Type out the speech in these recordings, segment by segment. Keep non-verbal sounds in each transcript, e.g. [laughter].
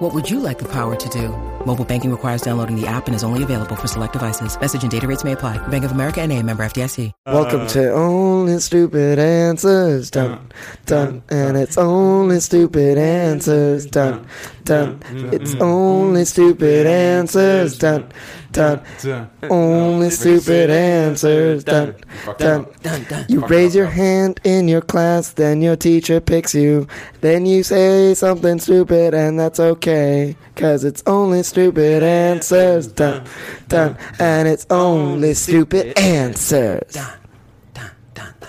What would you like the power to do? Mobile banking requires downloading the app and is only available for select devices. Message and data rates may apply. Bank of America and a member FDIC. Welcome to Only Stupid Answers. Dun, dun, and it's Only Stupid Answers. Dun, dun, it's Only Stupid Answers. Dun, dun, uh, Oh, only Stupid Answers. Dun, dun, you raise your hand in your class, then your teacher picks you. Then you say something stupid, and that's okay, cause it's only stupid answers. Dun, dun, and it's only stupid answers. Dun, dun, dun.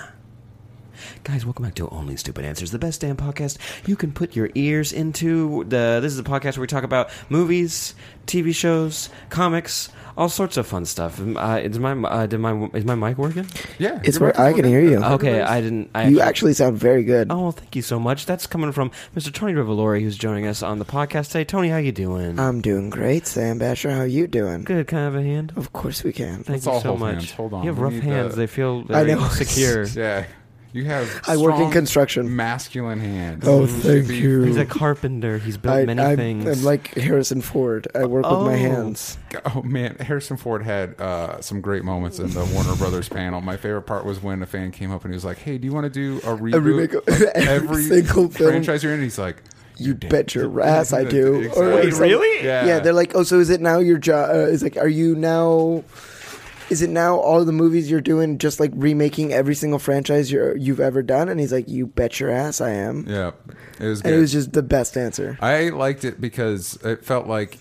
Guys, welcome back to Only Stupid Answers, the best damn podcast you can put your ears into. The, this is a podcast where we talk about movies, TV shows, comics, all sorts of fun stuff. Um, Uh, is my uh, did my is my mic working? Yeah, It's your where I microphone can hear you. is- Okay, I didn't. I You actually sound very good. Oh, well, thank you so much. That's coming from Mr. Tony Rivolori, who's joining us on the podcast today. Tony, how you doing? Uh, I'm doing great, Sam Basher. How you doing? Good, kind of a hand. Of course we can. Thank Let's you all so hold much. hands. Hold on. You have We rough need uh, hands. the- They feel [laughs] very know. secure. Yeah, you have. I work in strong construction. Masculine hands. Oh, should thank be- you. He's a carpenter. He's built I, many I'm, things. I'm like Harrison Ford. I work Oh. with my hands. Oh man, Harrison Ford had uh, some great moments in the Warner Brothers panel. My favorite part was when a fan came up and he was like, "Hey, do you want to do a reboot remake of [laughs] every single film. franchise you're in?" And he's like, You bet your ass I do. Exactly. Or Wait, some- really? Yeah. Yeah. They're like, oh, so is it now your job? Uh, is like, are you now? Is it now all the movies you're doing just like remaking every single franchise you're, you've ever done? And he's like, you bet your ass I am. "Yeah, it was." Good. And it was just the best answer. I liked it because it felt like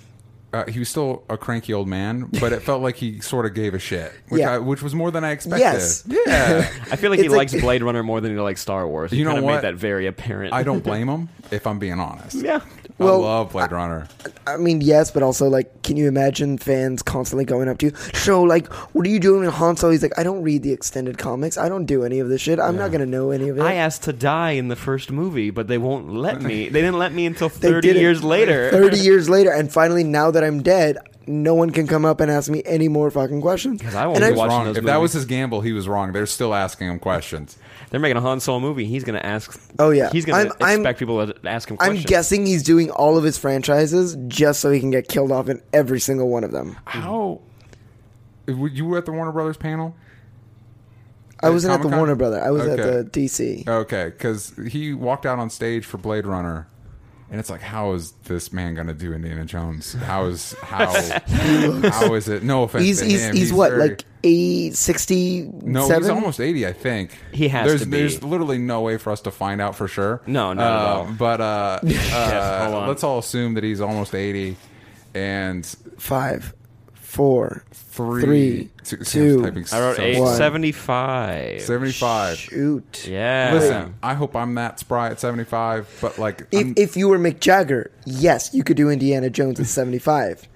uh, he was still a cranky old man, but it felt like he sort of gave a shit, which Yeah. I, which was more than I expected. Yes. [laughs] Yeah. I feel like It's he like- likes Blade Runner more than he likes Star Wars. He You know kinda what? made that very apparent. I don't blame him if I'm being honest. yeah. Well, I love Blade Runner. I mean, yes, but also like, can you imagine fans constantly going up to you? So, like, what are you doing in Han Solo? He's like, I don't read the extended comics. I don't do any of this shit. I'm not gonna know any of it. I asked to die in the first movie, but they won't let me. They didn't let me until They 30 did it years [laughs] later. 30 [laughs] years later, and finally, now that I'm dead, no one can come up and ask me any more fucking questions. I won't And be I'm- He's watching wrong. If those that movies. was his gamble, he was wrong. They're still asking him questions. They're making a Han Solo movie. He's going to ask. Oh, yeah. He's going to I'm- I'm- expect people to ask him I'm questions. guessing he's doing all of his franchises just so he can get killed off in every single one of them. How? You were at the Warner Brothers panel? I wasn't at the Comic-Con? Warner Brother. I was Okay. at the DC. Okay, because he walked out on stage for Blade Runner, and it's like, how is this man going to do Indiana Jones? How is [laughs] how how is it? No offense, He's to he's, him, he's, what very- like eight sixty seven. No, he's almost eighty, I think. He has There's to be. there's literally no way for us to find out for sure. No, not at Uh, all. [laughs] But uh, uh, hold on. let's all assume that he's almost eighty, and five, four. three, Three, two- I'm two, typing I wrote so eight- One. slow. 75. 75. Shoot. Yeah. Listen, I hope I'm that spry at 75, but like, I'm- If, if you were Mick Jagger, yes, you could do Indiana Jones at seventy five.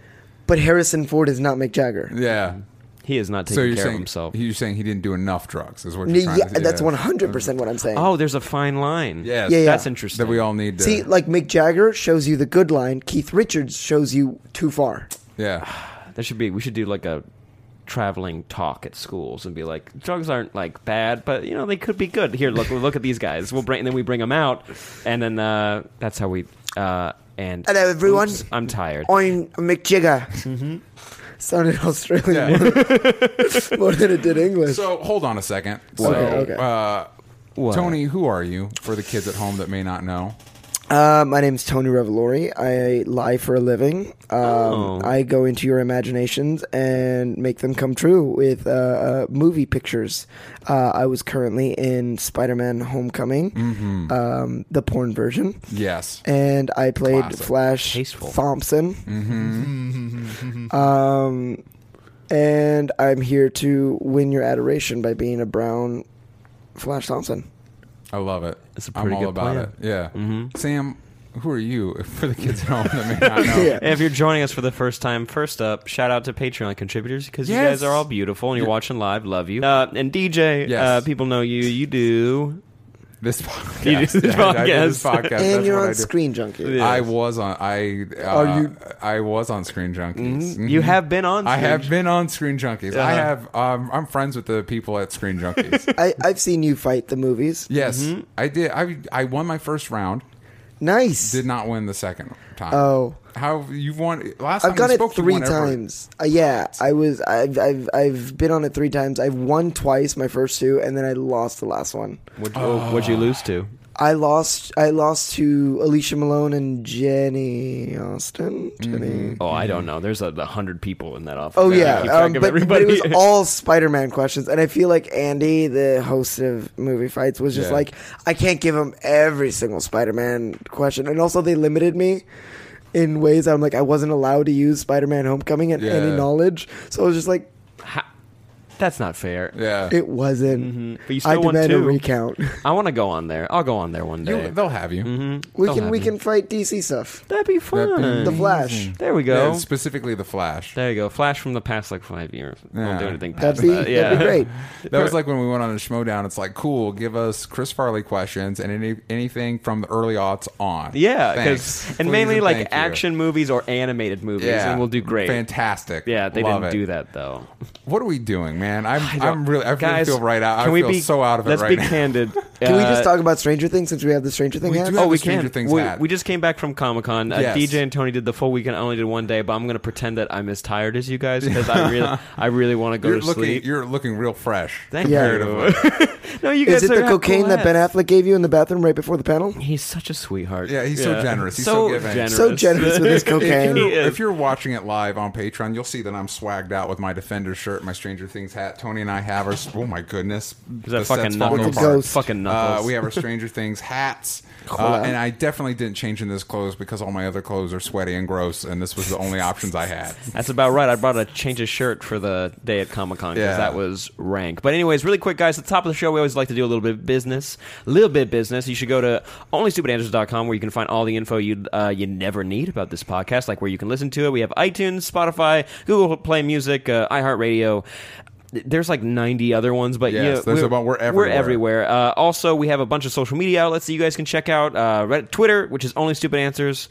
But Harrison Ford is not Mick Jagger. yeah. He is not taking So you're care of saying himself. you're saying he didn't do enough drugs is what you're Yeah, trying to say. that's one hundred percent what I'm saying. oh, there's a fine line. Yes. Yeah, yeah. That's interesting. that we all need to See, like Mick Jagger shows you the good line, Keith Richards shows you too far. yeah. There should be. We should do like a traveling talk at schools and be like, drugs aren't like bad, but you know they could be good. Here, look, look at these guys. We'll bring and then we bring them out, and then uh, that's how we. Uh, and Hello, everyone. Oops, Mm-hmm. I'm tired. I'm Mick Jagger. Sounded Australian more, than, more [laughs] than it did English. So hold on a second. So, Okay, okay. Uh, What? Tony, who are you for the kids at home that may not know? Uh, my name's Tony Revolori. I lie for a living. Um, Oh. I go into your imaginations and make them come true with uh, uh, movie pictures. Uh, I was currently in Spider Man Homecoming, Mm-hmm. um, the porn version. Yes. and I played Classic. Flash Tasteful. Mm-hmm. Thompson. [laughs] um, and I'm here to win your adoration by being a brown Flash Thompson. I love it. That's a I'm pretty all good about plan. Mm-hmm. it. Yeah. Sam, who are you for the kids at home that may [laughs] not know? Yeah. If you're joining us for the first time, first up, shout out to Patreon contributors because you Yes. guys are all beautiful and you're watching live. Love you. Uh, and DJ, Yes. uh, people know you. You do. This podcast. You do [laughs] this Yeah, I did this podcast. podcast. and That's you're what I on do. Screen Junkie. Yeah. I was on. I uh, Are you- I was on Screen Junkies. Mm-hmm. You Mhm. have been on. I Screen- have been on Screen Junkies. I Uh-huh. have. Um, I'm friends with the people at Screen Junkies. [laughs] I, I've seen you fight the movies. yes, Mm-hmm. I did. I I won my first round. Nice. Did not win the second time. Oh. how you've won last I've time? done you it spoke to three one ever. times. Uh, yeah, I was. I've, I've I've been on it three times. I've won twice, my first two, and then I lost the last one. What'd, oh, what'd you lose to? I lost. I lost to Alicia Malone and Jenny Austin. Jenny. Mm-hmm. Oh, I don't know. There's a, a hundred people in that office. Oh I yeah, keep track um, but, of but everybody. it [laughs] was all Spider-Man questions, and I feel like Andy, the host of Movie Fights, was just Yeah. like, I can't give him every single Spider-Man question, and also they limited me in ways I'm like I wasn't allowed to use Spider-Man Homecoming and any Yeah. knowledge, so I was just like, Ha- That's not fair. Yeah, it wasn't. Mm-hmm. But you I still won demand a two. [laughs] recount. I want to go on there. I'll go on there one You- day. they'll have you. Mm-hmm. We They'll can have we you. can fight DC stuff. That'd be fun. That'd The be- Flash. Amazing. there we go. Yeah, specifically the Flash. There you go. Flash from the past like five years. Don't Yeah. do anything. That'd Past be that. uh, Yeah. that'd be great. That was like when we went on a schmodown. It's like, cool, give us Chris Farley questions and any, anything from the early aughts on. [laughs] Yeah, Thanks. 'cause- Please and mainly and like thank you. action movies or animated movies, Yeah, and we'll do great. Fantastic. Yeah, they Love didn't it. do that though. What are we doing, man? I'm I [laughs] don't- I'm really I Guys, feel right out. Can I we feel be so out of it Let's right be now. candid. [laughs] Can we Uh, just talk about Stranger Things since we have the Stranger Thing We hat? do Oh, have we a Stranger can. Things we, hat? we just came back from Comic Con. Uh, Yes. DJ and Tony did the full weekend. I only did one day, but I'm going to pretend that I'm as tired as you guys because [laughs] I really, I really want to go You're to looking sleep. you're looking real fresh. Thank Yeah. you. [laughs] no, you guys Is it are the have cocaine cool that Ben hats. Affleck gave you in the bathroom right before the panel? He's such a sweetheart. Yeah, he's so generous. He's so giving. generous. So generous [laughs] with his If cocaine. you're, is. if you're watching it live on Patreon, you'll see that I'm swagged out with my Defender shirt, my Stranger Things hat. Tony and I have our oh my goodness, Is that the set's fucking falling knuckles? apart. Ghost. Fucking Uh, knuckles. we have our Stranger Things hats, [laughs] Hola. uh, and I definitely didn't change in this clothes because all my other clothes are sweaty and gross, and this was the only options [laughs] I had. That's about right. I brought a change of shirt for the day at Comic Con because Yeah. that was rank. But anyways, really quick, guys. At the top of the show, we always like to do a little bit of business. A little bit of business. You should go to onlystupidanswers.com where you can find all the info you uh, you never need about this podcast, like where you can listen to it. We have iTunes, Spotify, Google Play Music, uh, iHeartRadio. There's like 90 other ones, but Yes, yeah, there's about- we're We're everywhere. everywhere everywhere. Uh, also, we have a bunch of social media outlets that you guys can check out. Uh, Reddit, Twitter, which is only stupid answers.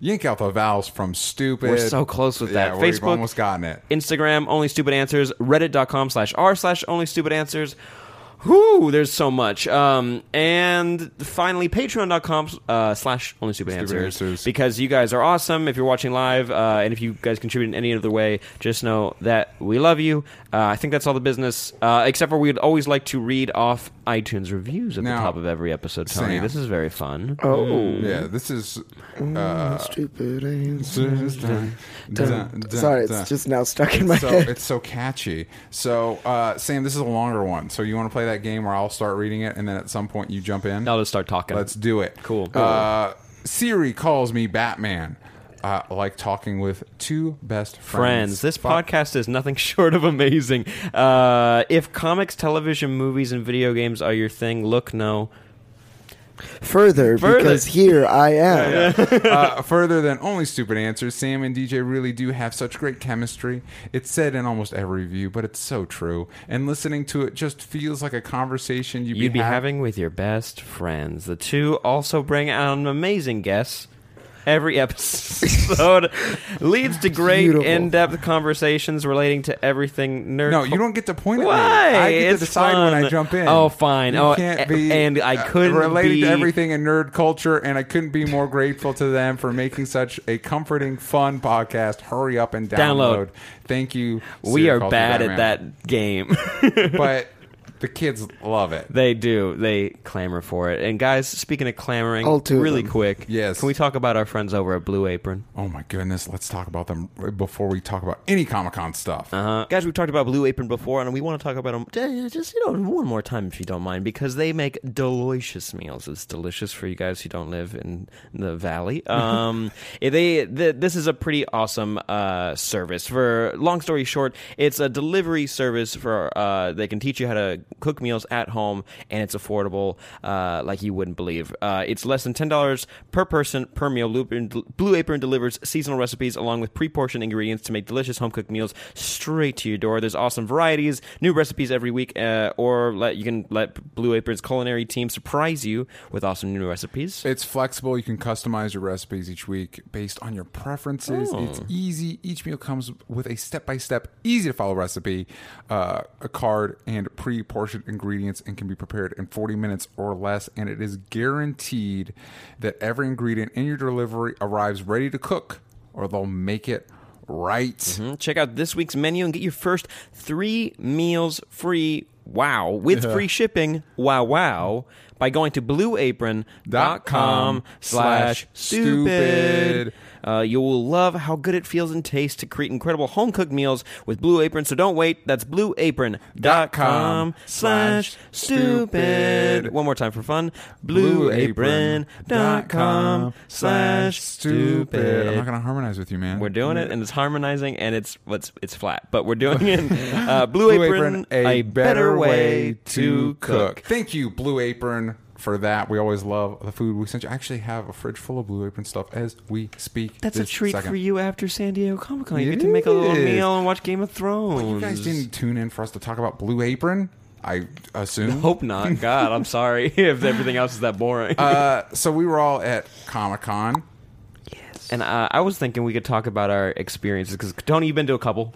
Yank out the vowels from stupid. We're so close with that. Yeah, we've Facebook- almost gotten it. Instagram, only stupid answers. Reddit.com slash r slash only stupid answers. Whoo, there's so much. Um, and finally, patreon.com uh, slash only stupid answers. Answers. Because you guys are awesome. If you're watching live, uh, and if you guys contribute in any other way, just know that we love you. Uh, I think that's all the business, uh, except for we'd always like to read off iTunes reviews at the Now- top of every episode, Tony. Sam. This is very fun. Mm. Oh, Yeah, this is. Mm. [laughs] stupid answer. Sorry, Sorry, it's just now stuck in my [laughs] so head. it's so catchy. So uh, Sam, this is a longer one. So you want to play that game where I'll start reading it, and then at some point you jump in. I'll just start talking. Let's do it. Cool. Uh, Siri calls me Batman. Uh, I like talking with two best friends. friends. This Fuck. podcast is nothing [laughs] short of amazing. Uh, if comics, television, movies, and video games are your thing, look no. Further, Further. because here I am. [laughs] uh, further than only stupid answers, Sam and DJ really do have such great chemistry. It's said in almost every review, but it's so true. And listening to it just feels like a conversation you'd, You'd be ha- having with your best friends. The two also bring out an amazing guests. Every [laughs] episode leads to great Beautiful. in-depth conversations relating to everything nerd. No, you don't get to point at Why? me. I get It's to decide when I fun. jump in. Oh, fine. You Oh, can't a- be and I uh, couldn't related be- to everything in nerd culture, and I couldn't be more grateful to them for making such a comforting, fun podcast. Hurry up and download. Download. Thank you. we Serial are Culture bad at Batman. that game. [laughs] but the kids love it. They do. They clamor for it. And guys, speaking of clamoring, All two of really them. quick. Yes. Can we talk about our friends over at Blue Apron? Oh my goodness! Let's talk about them before we talk about any Comic Con stuff. Uh, guys, we've talked about Blue Apron before, and we want to talk about them just you know one more time if you don't mind, because they make delicious meals. It's delicious for you guys who don't live in the valley. Um, they th- this is a pretty awesome uh, service. For long story short, it's a delivery service for uh, they can teach you how to cook meals at home, and it's affordable uh, like you wouldn't believe. Uh, it's less than ten dollars per person per meal. Blue Apron, Blue Apron delivers seasonal recipes along with pre-portioned ingredients to make delicious home cooked meals straight to your door. There's awesome varieties, new recipes every week, uh, or let you can let Blue Apron's culinary team surprise you with awesome new recipes. It's flexible. You can customize your recipes each week based on your preferences. It's Oh. easy. Each meal comes with a step by step, easy to follow recipe, uh, a card, and pre portioned ingredients, and can be prepared in 40 minutes or less. And it is guaranteed that every ingredient in your delivery arrives ready to cook, or they'll make it right. Mm-hmm. Check out this week's menu and get your first three meals free. Wow, with free shipping. Wow, wow. By going to blueapron.com slash stupid. Uh, you will love how good it feels and tastes to create incredible home cooked meals with Blue Apron. So don't wait. That's blueapron.com slash stupid. One more time for fun. Blueapron.com slash stupid. I'm not going to harmonize with you, man. We're doing it, and it's harmonizing, and it's it's, it's flat, but we're doing it. [laughs] Uh, Blue, Blue Apron, a, better way to cook. Thank you, Blue Apron, for that. We always love the food we sent you. I actually have a fridge full of Blue Apron stuff as we speak. That's a this treat second. for you after San Diego Comic Con. You It get to make a little is. meal and watch Game of Thrones. You guys didn't tune in for us to talk about Blue Apron, I assume. Hope not. God, I'm sorry [laughs] if everything else is that boring. [laughs] Uh, so we were all at Comic Con. and uh, I was thinking we could talk about our experiences because Tony, you've been to a couple.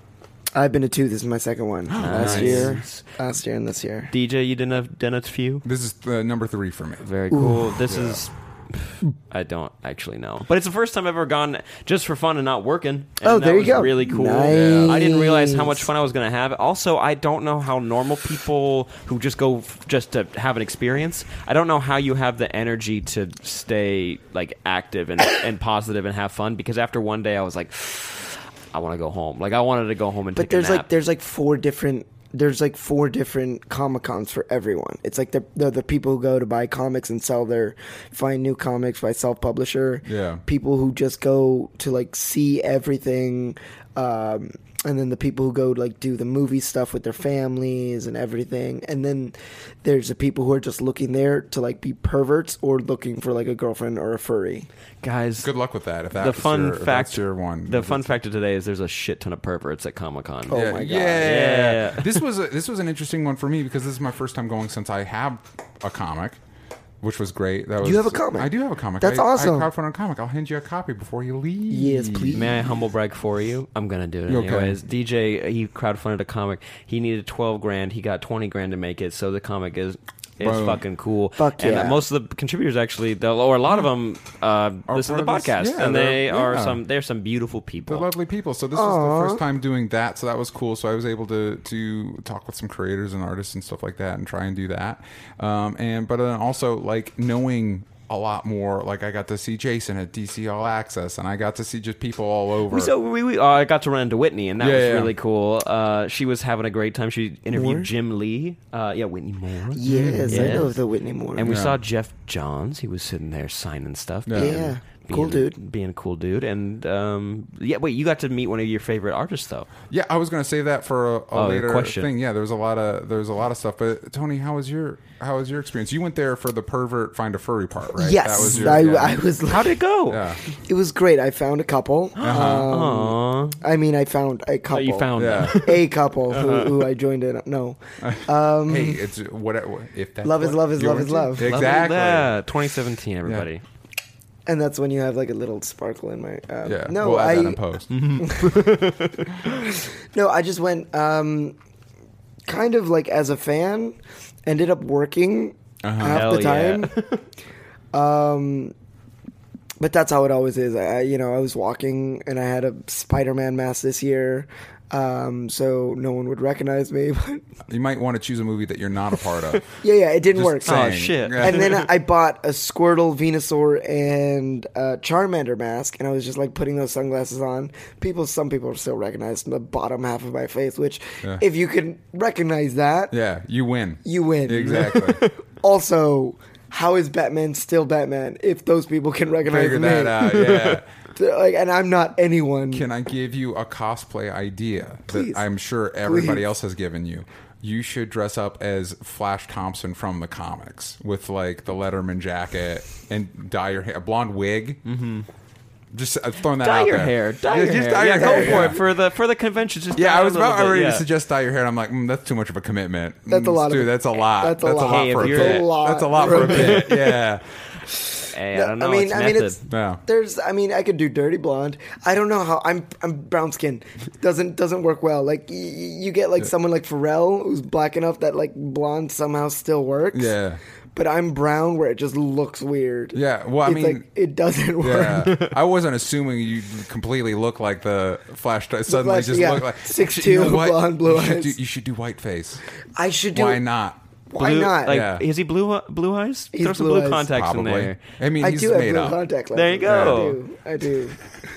I've been to two. This is my second [gasps] one. last nice. year, last year, and this year. DJ, you didn't have done a few. This is the number three for me. Very cool. this is. I don't actually know, but it's the first time I've ever gone just for fun and not working. and Oh, that there you was go. Really cool. Nice. I didn't realize how much fun I was going to have. Also, I don't know how normal people who just go f- just to have an experience. I don't know how you have the energy to stay like active and [coughs] and positive and have fun because after one day I was like, I want to go home. Like I wanted to go home and But take a there's like nap. there's like four different there's like four different comic cons for everyone. It's like the the, the people who go to buy comics and sell their find new comics by self publisher. Yeah. People who just go to like see everything. Um, and then the people who go like do the movie stuff with their families and everything, and then there's the people who are just looking there to like be perverts or looking for like a girlfriend or a furry. guys. Good luck with that. If that's the fun your, if fact, that's your one. the fun fact of today is there's a shit ton of perverts at Comic Con. Oh yeah, my God. yeah. Yeah. this was a, this was an interesting one for me because this is my first time going since I have a comic, which was great. That was, You have a comic? I do have a comic. That's I, awesome. I crowdfund a comic. I'll hand you a copy before you leave. Yes, please. May I humble brag for you? I'm gonna do it Okay. anyways. DJ, he crowdfunded a comic. He needed 12 grand. He got 20 grand to make it. So the comic is is Boom. fucking cool. Fuck and uh, yeah. most of the contributors actually, the- or a lot of them, uh, listen to the part of this- podcast, yeah, and they they're- are yeah. some. They're some beautiful They're people. lovely people. So this was the first time doing that, so that was cool. So I was able to to talk with some creators and artists and stuff like that, and try and do that. Um, and but then also like knowing a lot more. Like I got to see Jason at DC All Access, and I got to see just people all over. We, so we, we uh, I got to run into Whitney, and that Yeah, was yeah. really cool. Uh, she was having a great time. She interviewed Jim Lee. Uh, yeah, Whitney Moore. Hmm. Yes, I Yes. know the Whitney Moore. And we saw Jeff Johns. He was sitting there signing stuff. Yeah. being- Yeah. being- Cool dude. Being a cool dude. And um, yeah, wait, you got to meet one of your favorite artists though. Yeah, I was going to save that for a, a Oh, your later question. thing. Yeah, there was a lot of there was a lot of stuff. But Tony, how was your how was your experience? You went there for the pervert find a furry part, right? yes, that was your, I, yeah. I was. How'd it [laughs] go? yeah. It was great. I found a [gasps] couple. Um, Aw. I mean, I found a Uh-huh. Oh, couple. you found Uh-huh. Yeah. them. [laughs] a couple who, who I joined in. [laughs] No, hey, it's what if that Um, Love is love is love is love. Exactly. Yeah, 2017, everybody. and that's when you have like a little sparkle in my. Um, Yeah. No, we'll add that I in post. Mm-hmm. no, I just went. Um, kind of like as a fan, ended up working half Uh-huh. Hell the yeah. time. [laughs] um, but that's how it always is. I, I- you know, I was walking and I had a Spider-Man mask this year. Um, so no one would recognize me, [laughs] but You might want to choose a movie that you're not a [laughs] part of. yeah, yeah, it didn't work. Just saying. Oh, shit. Yeah. and then [laughs] I bought a Squirtle, Venusaur, and uh, Charmander mask, and I was just like putting those sunglasses on. People, some people still recognize the bottom half of my face, which, Yeah. if you can recognize that, yeah, you win. you win. [laughs] exactly. Also, how is Batman still Batman if those people can recognize Figure me? that out. [laughs] Yeah. Like, and I'm not anyone. Can I give you a cosplay idea Please. that I'm sure everybody Please. else has given you? you should dress up as Flash Thompson from the comics with like the Letterman jacket and dye your hair, a blonde wig. Mm-hmm. Just uh, throwing that Dye out your there. hair. Dye Yeah, your just hair. dye yeah, your go hair, for yeah. it for the for the convention. Just Yeah, dye I it was a little about bit, ready yeah. to suggest dye your hair. And I'm like, mm, that's too much of a commitment. That's a Mm, lot of Stu, it. that's a lot. That's a lot. Hey, for if a you're- bit. That's a lot That's a lot for a bit. Yeah, Hey, I No, don't know. mean, it's I mean, method. it's Yeah. there's. I mean, I could do dirty blonde. I don't know how. I'm I'm brown skin. Doesn't doesn't work well. Like y- y- you get like someone like Pharrell who's black enough that like blonde somehow still works. Yeah. But I'm brown where it just looks weird. Yeah, well, I it's mean- like, it doesn't work. [laughs] yeah. I wasn't assuming you completely look like the Flash. Suddenly, Flash, just yeah. look like 6'2", You know what? blonde, blue you should eyes. Do, you should do white face. I should do. Why not? Why Blue- not? Like, Yeah. is he blue? Blue eyes? He's Throw some blue blue, eyes. contacts Probably. in there. I mean, I he's do have made blue up. contact lenses. There you go. I do. I do.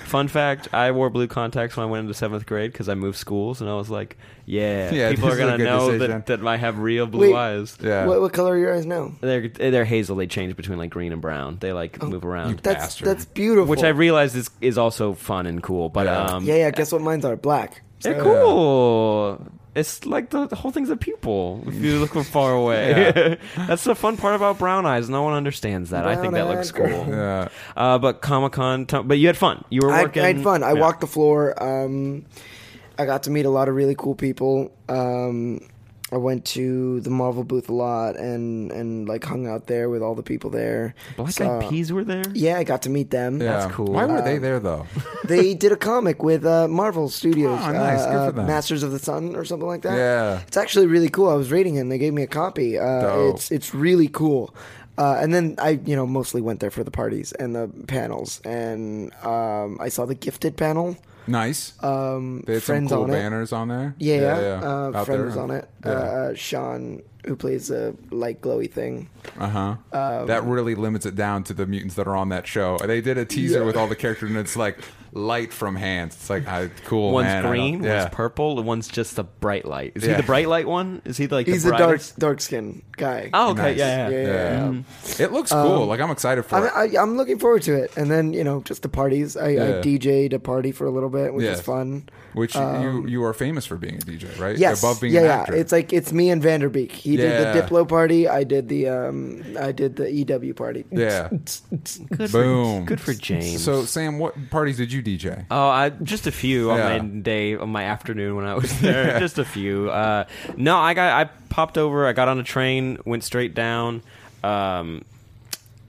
Fun fact: I wore blue contacts when I went into seventh grade because I moved schools, and I was like, "Yeah, [laughs] Yeah, people this is are a gonna good know decision. that, that I have real blue Wait. eyes." Yeah. What, what color are your eyes now? They're they're hazel. They change between like green and brown. They like move around, Oh, That's Bastard. that's beautiful. which I realize is is also fun and cool. But Yeah. um, yeah yeah. Guess what? Mine's are black. they're cool. It's like the, the whole thing's a pupil if you look from [laughs] far away. [laughs] That's the fun part about brown eyes. No one understands that. I think that Brown-eyed looks girl. cool. Yeah. Uh, but Comic Con, but you had fun. You were I, working. I had fun. I Yeah. walked the floor. Um, I got to meet a lot of really cool people. Um, I went to the Marvel booth a lot and and like hung out there with all the people there. Black So- Eyed Peas were there. Yeah, I got to meet them. Yeah. That's cool. Um, Why were they there [laughs] though? they did a comic with uh, Marvel Studios, Oh, nice. Good uh, for them. Masters of the Sun or something like that. Yeah. it's actually really cool. I was reading it, and they gave me a copy. Dope. Uh, it's it's really cool. Uh, and then I, you know, mostly went there for the parties and the panels, and um, I saw the Gifted panel. nice. uh, Um, they had some friends cool on it. banners on there. Yeah, yeah. Uh, Out friend there. was on it. Yeah. Uh, Sean, who plays a light glowy thing. Uh huh. um, that really limits it down to the mutants that are on that show. They did a teaser with all the characters, and it's like light from hands. It's like I, cool. One's man, I don't- green, Yeah. one's purple, and one's just the bright light. Is Yeah. he the bright light one? Is he like He's the a dark brightest? dark skin guy. Oh, okay, Nice. yeah, yeah. yeah. Yeah. Mm-hmm. It looks cool. like I'm excited for I'm, it. I, I'm looking forward to it. And then you know, just the parties. I, Yeah. I DJ'd a party for a little bit, which Yeah. is fun. Which you you are famous for being a DJ, right? um, Yes, Above being yeah, an yeah. actor. It's like it's me and Vanderbeek. He did the Yeah. Diplo party. I did the um, I did the EW party. [laughs] yeah. Good Boom. For, good for James. So Sam, what parties did you DJ? Oh, I, just a few on Yeah. my day, on my afternoon when I [laughs] was there. Just a few. Uh, no, I got, I popped over. I got on a train, went straight down. Um,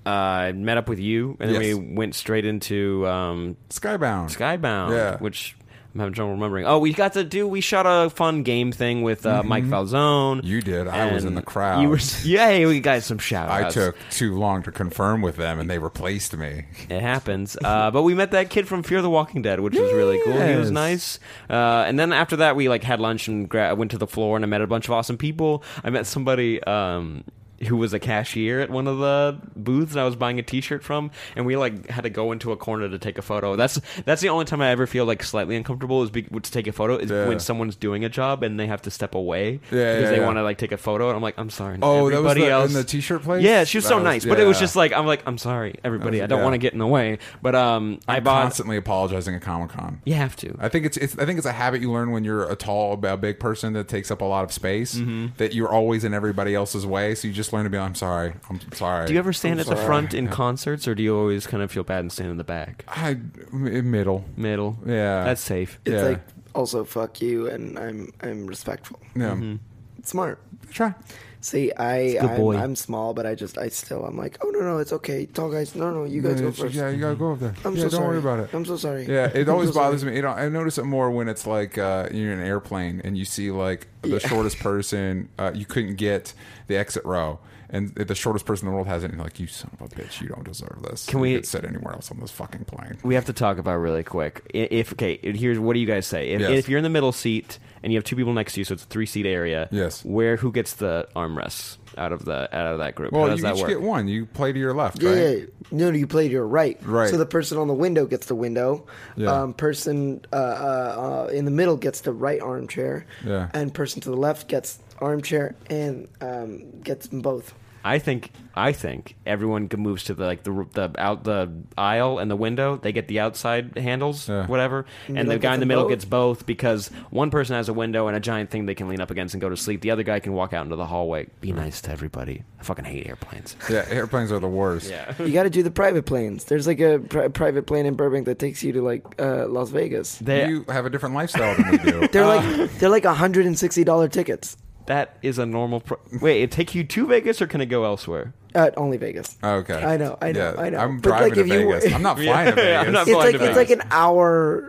I met up with you, and then Yes. we went straight into um, Skybound. Skybound, Yeah. which I'm having trouble remembering. Oh, we got to do. We shot a fun game thing with uh, Mike Falzone. Mm-hmm. You did. I was in and the crowd. You were. [laughs] Yay! We got some shout I took too long to confirm with them, and they replaced me. It happens. Uh, but we met that kid from Fear the Walking Dead, which was really cool. He Yes. was nice. Uh, and then after that, we like had lunch and gra- went to the floor, and I met a bunch of awesome people. I met somebody. Um, who was a cashier at one of the booths I was buying a T-shirt from, and we like had to go into a corner to take a photo. That's that's the only time I ever feel like slightly uncomfortable is be, to take a photo is Yeah. when someone's doing a job and they have to step away Yeah, because yeah, they yeah. want to like take a photo. And I'm like, I'm sorry. Oh, that was everybody the- in else the T-shirt place? Yeah, she was That so was- nice, but it was yeah. just like I'm like I'm sorry, everybody. I don't yeah. want to get in the way, but um, I bought. Constantly apologizing at Comic Con. You have to. I think it's, it's I think it's a habit you learn when you're a tall, a big person that takes up a lot of space. Mm-hmm. That you're always in everybody else's way, so you just learn to be. I'm sorry. I'm sorry. do you ever stand at the front in concerts, or do you always kind of feel bad and stand in the back, I in middle. middle? Yeah. that's safe. It's Yeah. like also fuck you, and I'm I'm respectful. Yeah. Mm-hmm. It's smart. Try. See, I good I'm, boy. I'm small, but I just I still I'm like oh no no it's okay tall guys no no you guys yeah, go it's- first. yeah, you gotta go up there. I'm yeah, so don't sorry. worry about it. I'm so sorry. Yeah, I'm it so always sorry. bothers me. You know, I notice it more when it's like uh, you're in an airplane and you see like [laughs] the shortest person. Uh, you couldn't get the exit row, and the shortest person in the world has it. And you're like, you son of a bitch, you don't deserve this. Can You we- could sit anywhere else on this fucking plane? We have to talk about really quick. I- If okay, here's what do you guys say? If, Yes. if you're in the middle seat and you have two people next to you, so it's a three seat area. Yes. Where who gets the armrests out of the out of that group? Well, How you does that each work? get one. You play to your left, Yeah, right? yeah. No, no, you played your right. Right. So the person on the window gets the window. Yeah. Um, person uh, uh, uh, in the middle gets the right armchair. Yeah. And person to the left gets armchair and um, gets them both. I think I think everyone g- moves to the like the r- the out the aisle and the window. They get the outside handles, Yeah. whatever, and, you the don't guy get in the them middle both? gets both because one person has a window and a giant thing they can lean up against and go to sleep. The other guy can walk out into the hallway. Be nice to everybody. I fucking hate airplanes. Yeah, airplanes are the worst. Yeah. You got to do the private planes. There's like a pri- private plane in Burbank that takes you to like uh, Las Vegas. They, You have a different lifestyle than we do. [laughs] They're uh. like they're like hundred and sixty dollar tickets that is a normal. Pro- Wait, it take you to Vegas or can it go elsewhere? at only Vegas. Okay. I know, I know, I know. I'm But, driving like, to if you were- [laughs] Vegas. I'm not flying to [laughs] Yeah, Vegas. I'm not It's flying like to it's Vegas. like an hour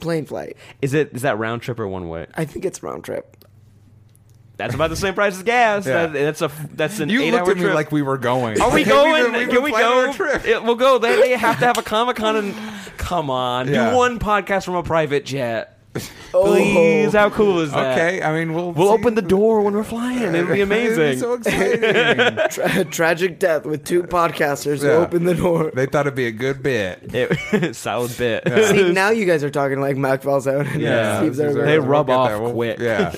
plane flight. Is it is that round trip or one way? I think it's round trip. That's about the same price as gas. Yeah. That, that's a that's an you eight looked hour at me trip. like we were going. Are [laughs] we Like, been- going? we've Can been we planning go? our trip. It- we'll go. They, they have to [laughs] have a Comic Con and come on, Yeah. Oh. do one podcast from a private jet. Please, how cool is that? Okay, I mean we'll we'll see. open the door when we're [laughs] flying. It'll It'd be amazing. be so exciting. Tra- [laughs] tragic death with two podcasters Yeah. who open the door. they thought it'd be a good bit. It- [laughs] solid bit. See, now you guys are talking like Mac Falzone and [laughs] Yeah, Steve Steve Zerber. They Zerber. rub We'll get off there. quick. Yeah.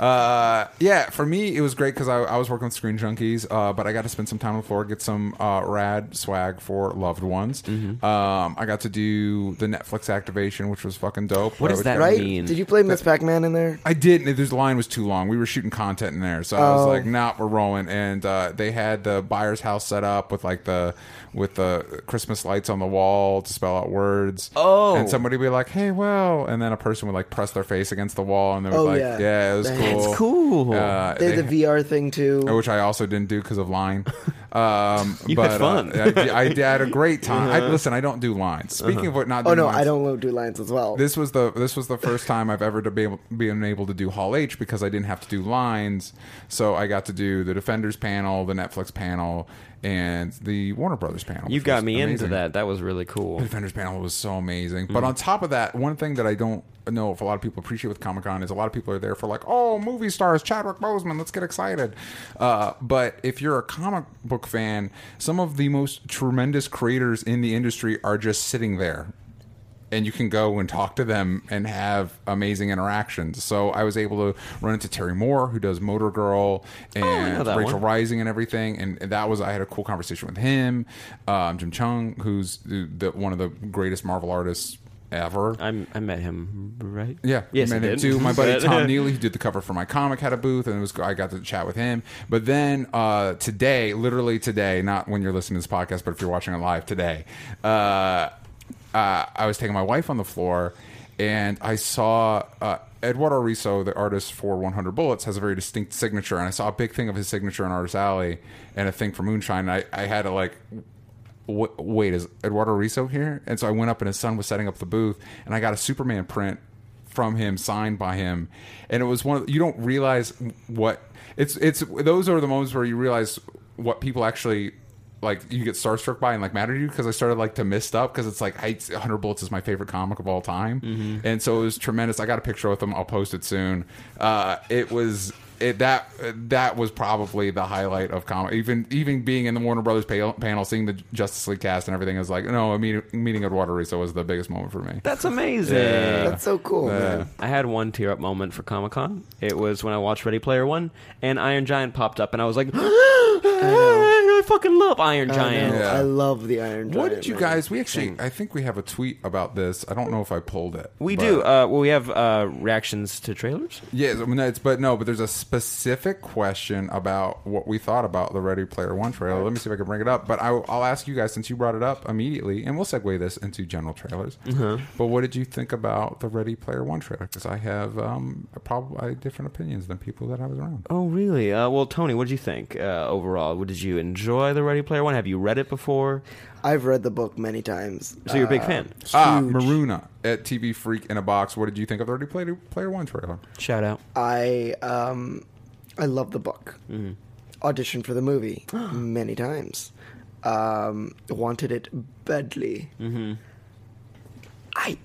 Uh, yeah, for me, it was great because I, I was working with Screen Junkies, uh, but I got to spend some time on the floor, get some uh, rad swag for loved ones. Mm-hmm. Um, I got to do the Netflix activation, which was fucking dope. What I is was- that? Right? mean. Did you play Miss Pac Man in there? I didn't. This line was too long. We were shooting content in there, so I was Oh. like, "Nah, we're rolling." And uh, they had the buyer's house set up with like the with the Christmas lights on the wall to spell out words. Oh. and somebody would be like, "Hey, well," and then a person would like press their face against the wall, and they would Oh, like, "Yeah, yeah. it was That's cool." cool. Uh, They they- did the VR thing too. [laughs] which I also didn't do because of [laughs] line. Um, You but, had fun. uh, I, I had a great time. I, listen, I don't do lines. Speaking of what, not Uh-huh. oh doing no, lines, I don't do lines as well. this was the this was the first time I've ever to be able, been able to do Hall H because I didn't have to do lines, so I got to do the Defenders panel, the Netflix panel, and the Warner Brothers panel. You which was got me amazing. into that. That was really [laughs] cool. The Defenders panel was so amazing. Mm. But on top of that, one thing that I don't know if a lot of people appreciate with Comic Con is a lot of people are there for like, oh, movie stars, Chadwick Boseman, let's get excited. Uh, but if you're a comic book fan, some of the most tremendous creators in the industry are just sitting there and you can go and talk to them and have amazing interactions. So I was able to run into Terry Moore, who does Motor Girl and Oh, that Rachel one. Rising and everything, and that was I had a cool conversation with him, um, Jim Chung, who's the, the, one of the greatest Marvel artists ever. I'm, I met him, right? Yeah, Yes, and I then did. too, [laughs] my buddy But- Tom Neely, who did the cover for my comic, had a booth, and it was I got to chat with him. But then uh, today, literally today, not when you're listening to this podcast, but if you're watching it live today, uh, uh, I was taking my wife on the floor, and I saw. Uh, Eduardo Riso, the artist for 100 Bullets, has a very distinct signature, and I saw a big thing of his signature in Artist Alley and a thing for Moonshine. And I, I had to like Wa wait, is Eduardo Riso here? And so I went up, and his son was setting up the booth, and I got a Superman print from him, signed by him, and it was one. Of, you don't realize what it's. It's those are the moments where you realize what people actually like. You get starstruck by and like matter to you because I started like to mist up because it's like I, Hunter Bullets is my favorite comic of all time, and so it was tremendous. I got a picture with him. I'll post it soon. Uh, it was it, that that was probably the highlight of comic. Even even being in the Warner Brothers pa- panel, seeing the Justice League cast and everything, I was like, no, meeting, meeting Eduardo Riso was the biggest moment for me. That's amazing. That's so cool. man. I had one tear up moment for Comic Con. It was when I watched Ready Player One and Iron Giant popped up, and I was like, [gasps] I, fucking love Iron I, Giant. know. Yeah. I love the Iron Giant. what did you man. guys? We actually, I think we have a tweet about this. I don't know if I pulled it. We but- do. Uh, well, we have uh, reactions to trailers. Yeah, so- no, it's, but no, but there's a specific question about what we thought about the Ready Player One trailer. Let me see if I can bring it up. But I, I'll ask you guys since you brought it up immediately, and we'll segue this into general trailers. But what did you think about the Ready Player One trailer? Because I have um, probably different opinions than people that I was around. Oh, really? Uh, well, Tony, what did you think uh, overall? What- Did you enjoy the Ready Player One? Have you read it before? I've read the book many times. Uh, So you're a big fan. Ah, Maruna at TV Freak in a box. What did you think of the Ready Player Player One trailer? Shout out. I um, I love the book. Mm-hmm. Auditioned for the [gasps] movie many times. Um, wanted it badly. Mm-hmm. I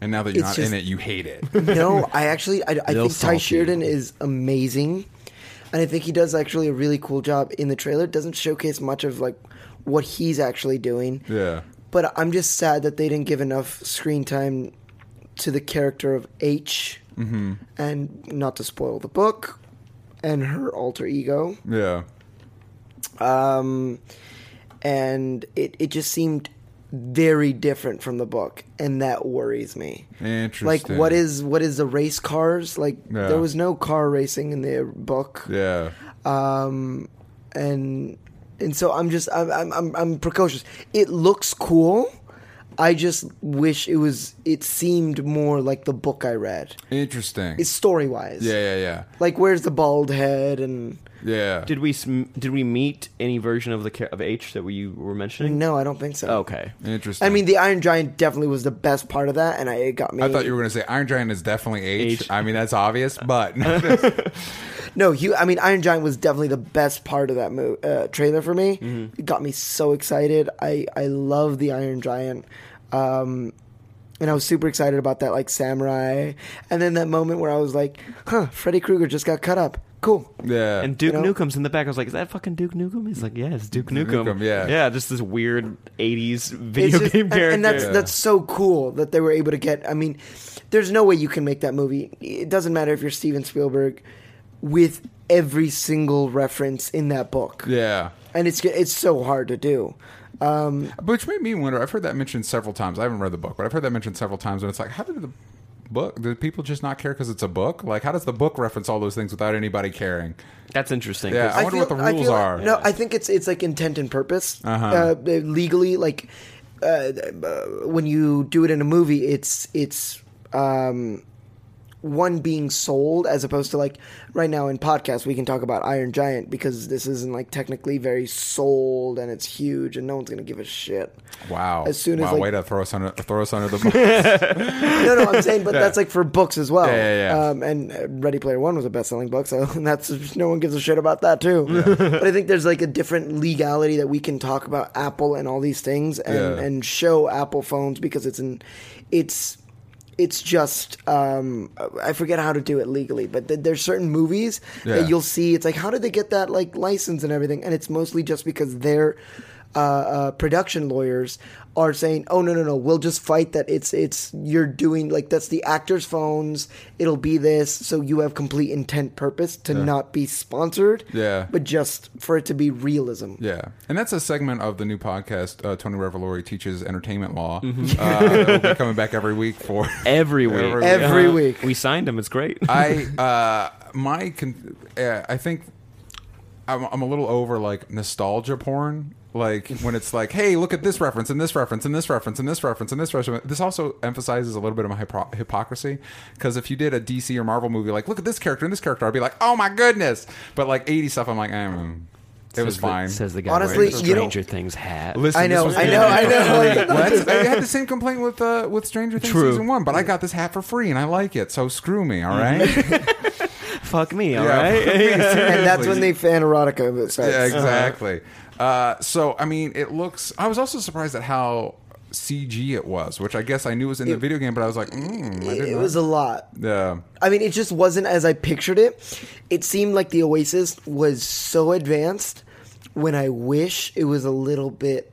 And now that you're It's not just- in it, you hate it. [laughs] [laughs] no, I actually I, I Little think Ty salty. Sheridan is amazing, and I think he does actually a really cool job in the trailer. It doesn't showcase much of like what he's actually doing. yeah. But I'm just sad that they didn't give enough screen time to the character of H, Mm-hmm. and not to spoil the book and her alter ego. Yeah. um, and it it just seemed very different from the book, and that worries me. Interesting. Like, what is what is the race cars? Like, Yeah. there was no car racing in the book Yeah. um, and and so I'm just I'm, I'm I'm I'm precocious. It looks cool. I just wish it was. It seemed more like the book I read. Interesting. It's story wise. yeah, yeah, yeah. Like where's the bald head and Yeah. Did we sm- did we meet any version of the ca- of H that we you were mentioning? no, I don't think so. Okay. Interesting. I mean, the Iron Giant definitely was the best part of that, and I it got me. I thought you were going to say Iron Giant is definitely H. I H. mean, that's [laughs] obvious, but No, you. I mean, Iron Giant was definitely the best part of that mo- uh, trailer for me. Mm-hmm. It got me so excited. I I love the Iron Giant, um, and I was super excited about that like samurai. And then that moment where I was like, "Huh, Freddy Krueger just got cut up. Cool." [laughs] yeah. And Duke You know? Nukem's in the back. I was like, "Is that fucking Duke Nukem?" He's like, "Yeah, it's Duke Nukem." Nukem, yeah. yeah, just this weird '80s It's video just- game and- character. and that's Yeah. that's so cool that they were able to get. I mean, there's no way you can make that movie. It doesn't matter if you're Steven Spielberg, with every single reference in that book, yeah. and it's it's so hard to do. Um, Which made me wonder. I've heard that mentioned several times. I haven't read the book, but I've heard that mentioned several times. And it's like, how did the book? Did people just not care because it's a book? Like, how does the book reference all those things without anybody caring? That's interesting. Yeah, 'cause- I wonder what the rules are. Uh-huh. No, I think it's it's like intent and purpose. uh legally, like uh, uh, when you do it in a movie, it's it's um, one being sold as opposed to like right now in podcasts we can talk about Iron Giant because this isn't like technically very sold and it's huge and no one's gonna give a shit. Wow. As soon as, wow, like- way to throw us under throw us under [laughs] the bus. No, no, [laughs] I'm saying, but that's like for books as well. yeah, yeah. Um, and uh, Ready Player One was a best-selling book, so [laughs] that's no one gives a shit about that too. but I think there's like a different legality that we can talk about Apple and all these things, and, Yeah. and show Apple phones because it's an, it's. It's just um, I forget how to do it legally, but th- there's certain movies Yeah. that you'll see. It's like how did they get that like license and everything? And it's mostly just because their uh, uh, production lawyers are saying, "Oh no, no, no, we'll just fight that. It's it's you're doing like that's the actors' phones. It'll be this, so you have complete intent, purpose to not be sponsored, Yeah. but just for it to be realism." [laughs] yeah, and that's a segment of the new podcast. Uh, Tony Revolori teaches entertainment law. Mm-hmm. Uh, [laughs] we'll be coming back every week for every week. Every Uh-huh. week. We signed him. It's great. [laughs] I uh, my con- uh, I think I'm, I'm a little over like nostalgia porn. Like when it's like, hey, look at this reference and this reference and this reference and this reference and this reference. This also emphasizes a little bit of my hypo- hypocrisy because if you did a DC or Marvel movie, like look at this character and this character, I'd be like, oh my goodness. But like 80 stuff, I'm like, mm, it was Says the- fine. says the guy Honestly, wearing the you don't- Stranger Things hat. Listen, I this know, was I good. know, I know. [laughs] What? I had the same complaint with uh, with Stranger Things True. season one, but I got this hat for free and I like it, so screw me, all Mm-hmm. right? Fuck me. [laughs] All Yeah, right. [laughs] fuck me, And that's seriously. when the fan erotica starts. Yeah, exactly. Uh, so I mean, it looks. I was also surprised at how CG it was, which I guess I knew was in the video game, but I was like, mm, I didn't. It was a lot. yeah, I mean, it just wasn't as I pictured it. It seemed like the Oasis was so advanced when I wish it was a little bit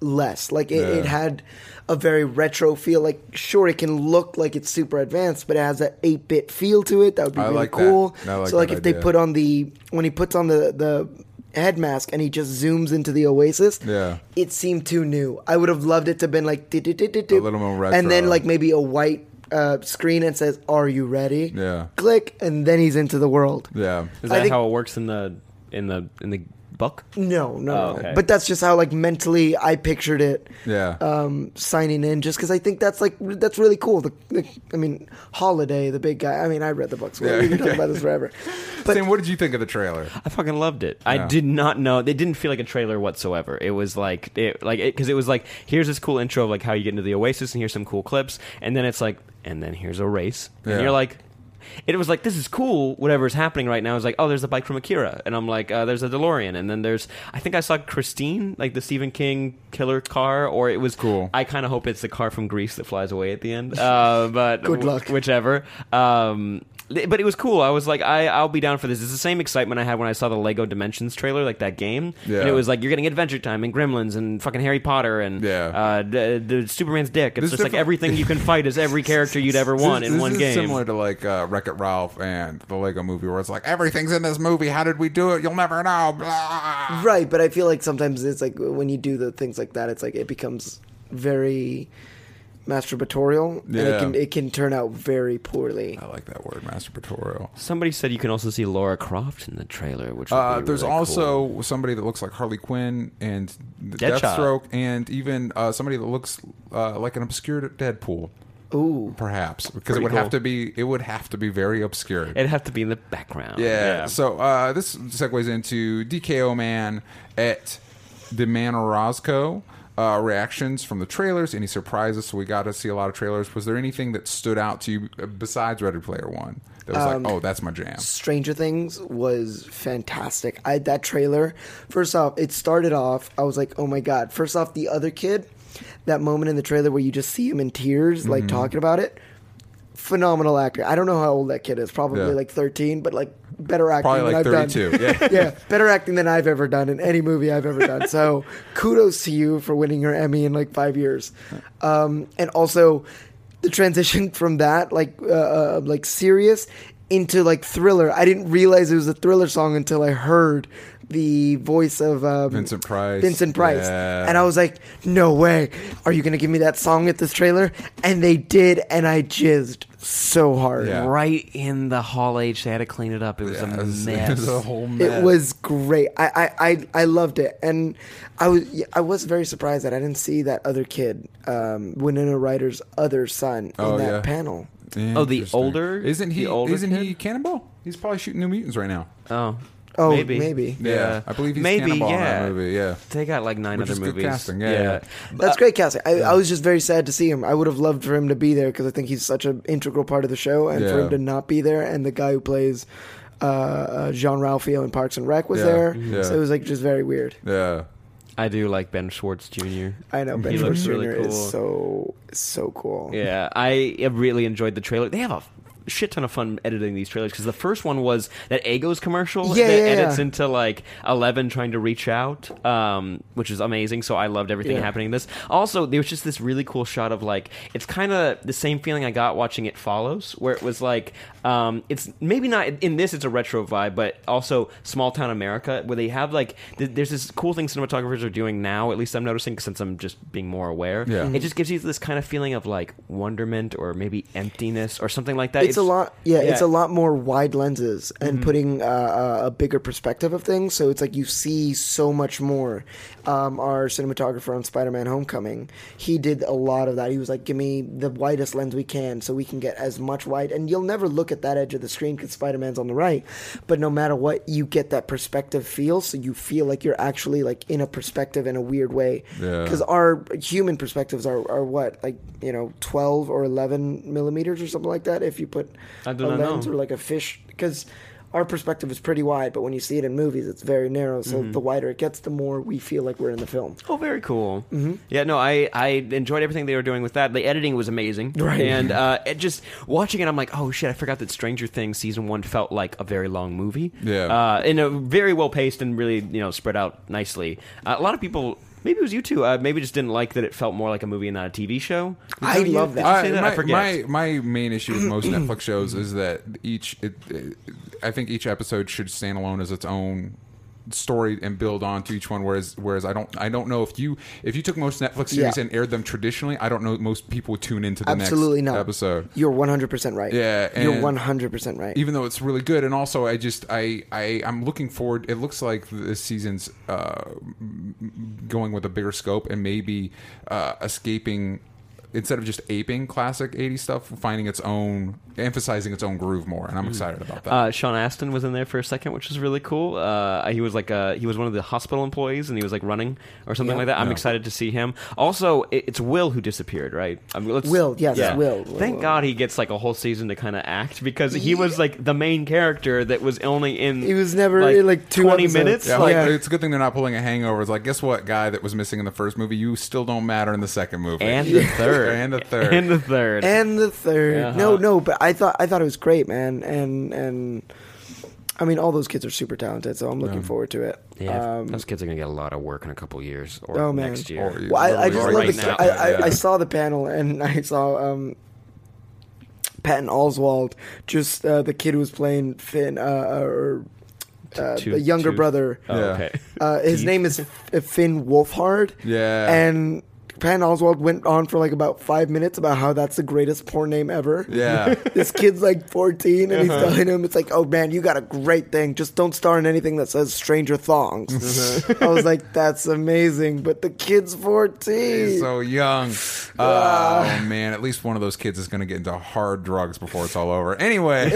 less. Like, it, it Yeah. had a very retro feel. Like, sure, it can look like it's super advanced, but it has that 8 bit feel to it. That would be I really like that. cool. I like so, like, that if they idea. put on the, when he puts on the, the, head mask and he just zooms into the oasis Yeah. it seemed too new i would have loved it to have been like a A little more and then retro. like maybe a white uh, screen and says, "Are you ready?" Yeah. Click, and then he's into the world. yeah. Is I that think- how it works in the in the in the book? No, no, Oh, no. okay. But that's just how like mentally I pictured it. Yeah. Um, signing in just because I think that's like that's really cool. The, the I mean, Holiday, the big guy. I mean, I read the books. Yeah, We've been okay. talking about [laughs] this forever. But Sam, what did you think of the trailer? I fucking loved it. I did not know. It didn't feel like a trailer whatsoever. It was like it like because it, was like here's this cool intro of like how you get into the Oasis and here's some cool clips and then it's like and then here's a race Yeah. and you're like. It was like this is cool. Whatever's happening right now is like, oh, there's a bike from Akira, and I'm like, uh, there's a DeLorean, and then there's I think I saw Christine, like the Stephen King killer car, or it was Cool. I kind of hope it's the car from Greece that flies away at the end, uh, [laughs] but Good luck. whichever. Um, but it was cool. I was like, I, I'll be down for this. It's the same excitement I had when I saw the Lego Dimensions trailer, like that game. Yeah. And it was like you're getting Adventure Time and Gremlins and fucking Harry Potter and Yeah. uh, the, the Superman's dick. It's This just like different- everything you can fight is [laughs] every character you'd ever want this, in this one is game. Similar to like uh, Wreck It Ralph and the Lego Movie, where it's like everything's in this movie. How did we do it? You'll never know. Blah. Right, but I feel like sometimes it's like when you do the things like that, it's like it becomes very masturbatorial, and Yeah. it can it can turn out very poorly. I like that word, masturbatorial. Somebody said you can also see Laura Croft in the trailer, which would Uh, be there's really cool. also somebody that looks like Harley Quinn and th- Deadshot. Deathstroke, and even uh, somebody that looks uh, like an obscure Deadpool. Ooh. perhaps because Pretty it would cool. have to be it would have to be very obscure. it'd have to be in the background. yeah. So uh, this segues into DKO Man at the Man Orozco. Uh, reactions from the trailers, any surprises? So we got to see a lot of trailers. Was there anything that stood out to you uh, besides Ready Player One that was Um, like, oh, that's my jam? Stranger Things was fantastic. I that trailer. First off, it started off. I was like, oh my god. First off, the other kid. That moment in the trailer where you just see him in tears, Mm-hmm. like talking about it. Phenomenal actor. I don't know how old that kid is. Probably Yeah. like thirteen, but like better acting Probably than like I've 32. done. Yeah. [laughs] yeah, better acting than I've ever done in any movie I've ever done. [laughs] So kudos to you for winning your Emmy in like five years. Um, and also the transition [laughs] from that, like uh, uh, like serious into like thriller. I didn't realize it was a thriller song until I heard the voice of um, Vincent Price. Vincent Price, Yeah. and I was like, "No way! Are you gonna give me that song at this trailer?" And they did, and I jizzed so hard. Yeah. Right in the hall H, they had to clean it up. It was Yeah, it [laughs] a was- mess. it was a whole mess. It was great. I, I, I, I loved it, and I was yeah, I was very surprised that I didn't see that other kid, um, Winona Ryder's other son, in Oh, that yeah. panel. Oh, the Interesting. older- isn't he? the older isn't he kid? Cannonball? He's probably shooting New Mutants right now. Oh. Oh, maybe. Yeah. I believe he's maybe, Cannonball in yeah. that movie, yeah. They got like nine Which other is good movies. casting, yeah, yeah. That's great casting. I, I was just very sad to see him. I would have loved for him to be there because I think he's such an integral part of the show, and for Yeah. him to not be there, and the guy who plays uh, uh, Jean Ralphio in Parks and Rec was Yeah, there, yeah. so it was like just very weird. Yeah. I do like Ben Schwartz Jr. I know Ben He Schwartz looks Jr. really cool. is so so cool. Yeah, I really enjoyed the trailer. They have a shit ton of fun editing these trailers because the first one was that Egos commercial Yeah, that yeah, edits yeah. into like Eleven trying to reach out, um, which is amazing. So I loved everything Yeah. happening. in This also there was just this really cool shot of like it's kind of the same feeling I got watching It Follows, where it was like um, it's maybe not in this it's a retro vibe, but also small town America where they have like th- there's this cool thing cinematographers are doing now. At least I'm noticing since I'm just being more aware. Yeah. Mm-hmm. It just gives you this kind of feeling of like wonderment or maybe emptiness or something like that. it's, a lot yeah, it's a lot more wide lenses and putting uh, uh, a bigger perspective of things so it's like you see so much more um, our cinematographer on spider-man homecoming he did a lot of that he was like give me the widest lens we can so we can get as much wide and you'll never look at that edge of the screen because spider-man's on the right but no matter what you get that perspective feel so you feel like you're actually like in a perspective in a weird way Yeah. because our human perspectives are, are what like you know 12 or 11 millimeters or something like that if you put I do a not lens know. or like a fish because our perspective is pretty wide but when you see it in movies it's very narrow so Mm-hmm. the wider it gets the more we feel like we're in the film Oh, very cool. Yeah, no, I, I enjoyed everything they were doing with that. The editing was amazing. Right. And uh, it just watching it, I'm like, oh shit, I forgot that Stranger Things season one felt like a very long movie. Yeah. Uh, and a very well paced and really, you know, spread out nicely. Uh, a lot of people. Maybe it was you two. Uh, maybe just didn't like that it felt more like a movie and not a TV show. Was I you? love Did you that. say I- that? My, I forget. My, my main issue [clears throat] with most Netflix shows is that each, it, it, I think each episode should stand alone as its own story and build on to each one. Whereas, whereas I don't, I don't know if you, if you took most Netflix series Yeah. and aired them traditionally, I don't know if most people would tune into the absolutely next not episode. you're 100% right Yeah, you're and- 100% right Even though it's really good, and also I just I I I'm looking forward. It looks like this season's uh, going with a bigger scope and maybe uh, escaping instead of just aping classic 80s stuff finding its own emphasizing its own groove more and i'm excited about that Uh, Sean Astin was in there for a second, which was really cool. Uh, he was like uh he was one of the hospital employees, and he was like running or something like that. I'm Yeah. excited to see him. Also, it, it's Will who disappeared, right? I mean, let's- Will, yes, Will. Will, Thank Will. God he gets like a whole season to kind of act because he was like the main character that was only in. He was never in, like, two 20 episodes. minutes. yeah, like, like, it's a good thing they're [laughs] not pulling a hangover it's like guess what guy that was missing in the first movie you still don't matter in the second movie and the [laughs] third. And the third. And the third. and the 3rd No, Uh-huh. no, but I thought I thought it was great, man, and and I mean all those kids are super talented, so I'm looking forward to it. yeah, Um, those kids are gonna get a lot of work in a couple years or Oh, man. next year. Or you- well, I, I just Or love right the, now. I, I, Yeah. I saw the panel and [laughs] I saw um, Patton Oswald, just uh, the kid who was playing Finn, uh, or uh, Tooth- the younger Tooth. brother. Oh, Yeah. [laughs] okay. Uh, his name is F- Finn Wolfhard. Yeah. And Patton Oswald went on for like about five minutes about how that's the greatest porn name ever. Yeah. [laughs] Uh-huh. This kid's like 14 and he's telling him, it's like, oh man, you got a great thing. Just don't star in anything that says Stranger Uh-huh. Thongs. [laughs] I was like, that's amazing. But the kid's 14. He's so young. Oh man, at least one of those kids is going to get into hard drugs before it's all over. [laughs] Anyway,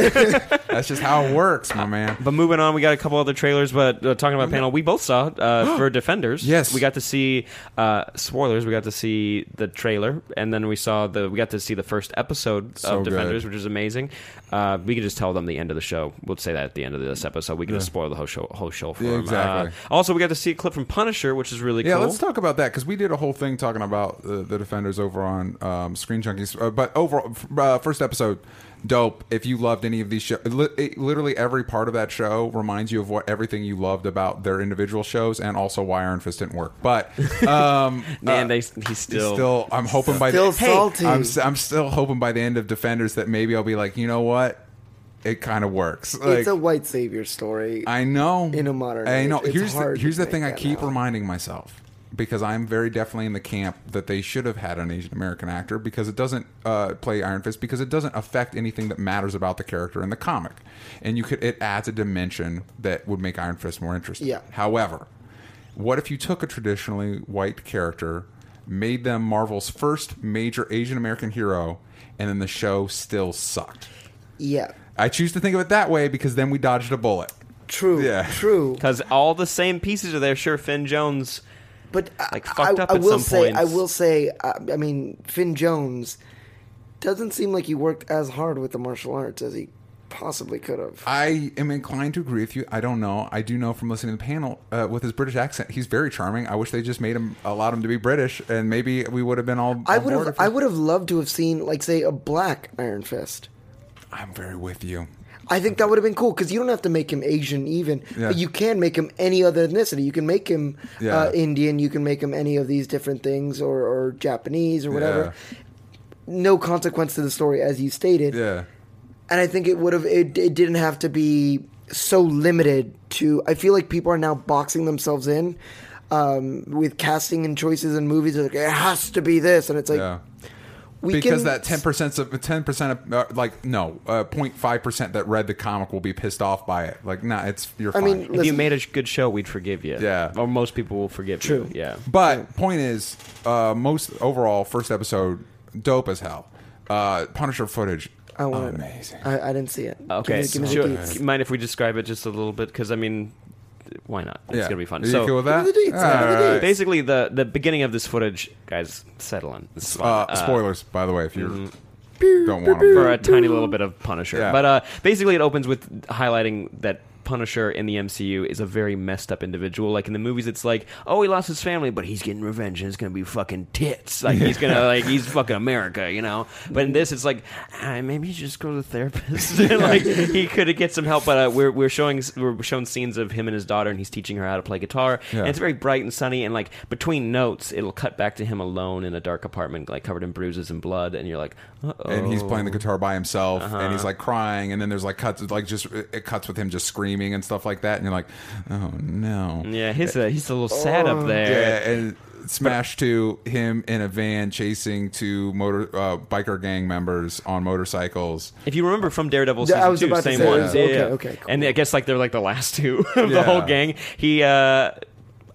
that's just how it works, my man. But moving on, we got a couple other trailers. But uh, talking about panel, we both [gasps] saw uh, for Defenders. Oh, Yes. we got to see uh, spoilers. We got to see the trailer, and then we saw the we got to see the first episode So of good. Defenders, which is amazing. Uh, we can just tell them the end of the show. We'll say that at the end of this episode. We can just spoil the whole show. Whole show for Yeah, them. exactly. Uh, also, we got to see a clip from Punisher, which is really Yeah, cool. let's talk about that because we did a whole thing talking about the, the defenders over on um, Screen Junkies. Uh, but overall, f- uh, first episode, dope. If you loved any of these shows, li- it- literally every part of that show reminds you of what everything you loved about their individual shows, and also why Iron Fist didn't work. [laughs] But um, Man, uh, they, he's still. still, I'm hoping by Still the salty. I'm, s- I'm still hoping by the end of Defenders that maybe I'll be like, you know what, it kind of works. Like, it's a white savior story. I know in a modern I know. age, it's here's the, hard to here's the make thing I that keep out. reminding myself because I'm very definitely in the camp that they should have had an Asian American actor because it doesn't uh, play Iron Fist because it doesn't affect anything that matters about the character in the comic, and you could it adds a dimension that would make Iron Fist more interesting. Yeah. However, what if you took a traditionally white character, made them Marvel's first major Asian American hero, and then the show still sucked? yeah. I choose to think of it that way because then we dodged a bullet. True. Yeah. True. because all the same pieces are there. Sure, Finn Jones. But I- like, fucked I, up I at will some say, I points. will say, I, I mean, Finn Jones doesn't seem like he worked as hard with the martial arts as he possibly could have. I am inclined to agree with you. I don't know. I do know from listening to the panel uh, with his British accent, he's very charming. I wish they just made him allowed him to be British, and maybe we would have been all. I on would board have, if he- I would have loved to have seen, like, say, a black Iron Fist. I'm very with you. I think that would have been cool because you don't have to make him Asian, even, Yeah. but you can make him any other ethnicity. You can make him Yeah. uh, Indian. You can make him any of these different things, or, or Japanese, or whatever. No consequence to the story, as you stated. Yeah. yeah. and I think it would have it, it didn't have to be so limited to I feel like people are now boxing themselves in um, with casting and choices in movies They're like it has to be this and it's like Yeah. we Because can- that ten percent of ten percent of uh, like no point five percent that read the comic will be pissed off by it. Like nah, it's you're I fine. mean If you listen, made a sh- good show, we'd forgive you. Yeah. or most people will forgive True. you. Yeah. But point is, uh, most overall first episode dope as hell. Uh, Punisher footage, I want amazing. I, I didn't see it Okay. give me, so- give me the deets. mind if we describe it just a little bit? Because I mean, why not? It's gonna be fun. Are you so cool with that? Give me the deets, give me the All right. deets. basically, the the beginning of this footage, guys, settle in. This is fun. Uh, Uh, mm-hmm. spoilers, by the way, if you don't want them. for a tiny little bit of Punisher. Yeah. But uh, basically, it opens with highlighting that. Punisher in the MCU is a very messed up individual. Like in the movies, it's like, oh, he lost his family, but he's getting revenge, and it's gonna be fucking tits. Like he's gonna like he's fucking America, you know. But in this, it's like ah, maybe he should just go to the therapist. [laughs] like he could get some help. But uh, we're we're showing we're shown scenes of him and his daughter, and he's teaching her how to play guitar. Yeah. And it's very bright and sunny, and like between notes, it'll cut back to him alone in a dark apartment, like covered in bruises and blood, and you're like, uh oh. and he's playing the guitar by himself, and Uh-huh. he's like crying, and then there's like cuts, like just it it cuts with him just screaming and stuff like that, and you're like, oh no, Yeah, he's a, he's a little sad up there. yeah, and smash to him in a van chasing two motor uh, biker gang members on motorcycles. If you remember from Daredevil Yeah, season I was two, about to same say, one. yeah. Yeah, Okay, yeah. okay, cool. And I guess like they're like the last two [laughs] of Yeah. the whole gang. He uh,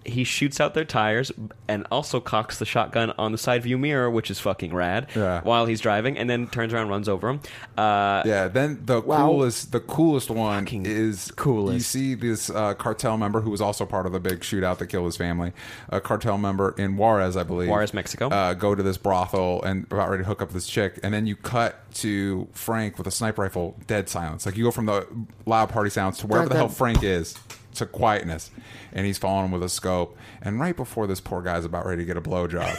he shoots out their tires and also cocks the shotgun on the side view mirror, which is fucking rad. Yeah. While he's driving, and then turns around, and runs over him. Uh, Yeah, then the Wow. coolest, the coolest one Fucking is coolest. You see this uh, cartel member who was also part of the big shootout that killed his family. A cartel member in Juarez, I believe, Juarez, Mexico. Uh, go to this brothel and about ready to hook up with this chick, and then you cut to Frank with a sniper rifle. Dead silence. Like you go from the loud party sounds to wherever Dun, the hell dun. Frank is. to quietness, and he's following him with a scope. And right before this poor guy's about ready to get a [laughs] blowjob,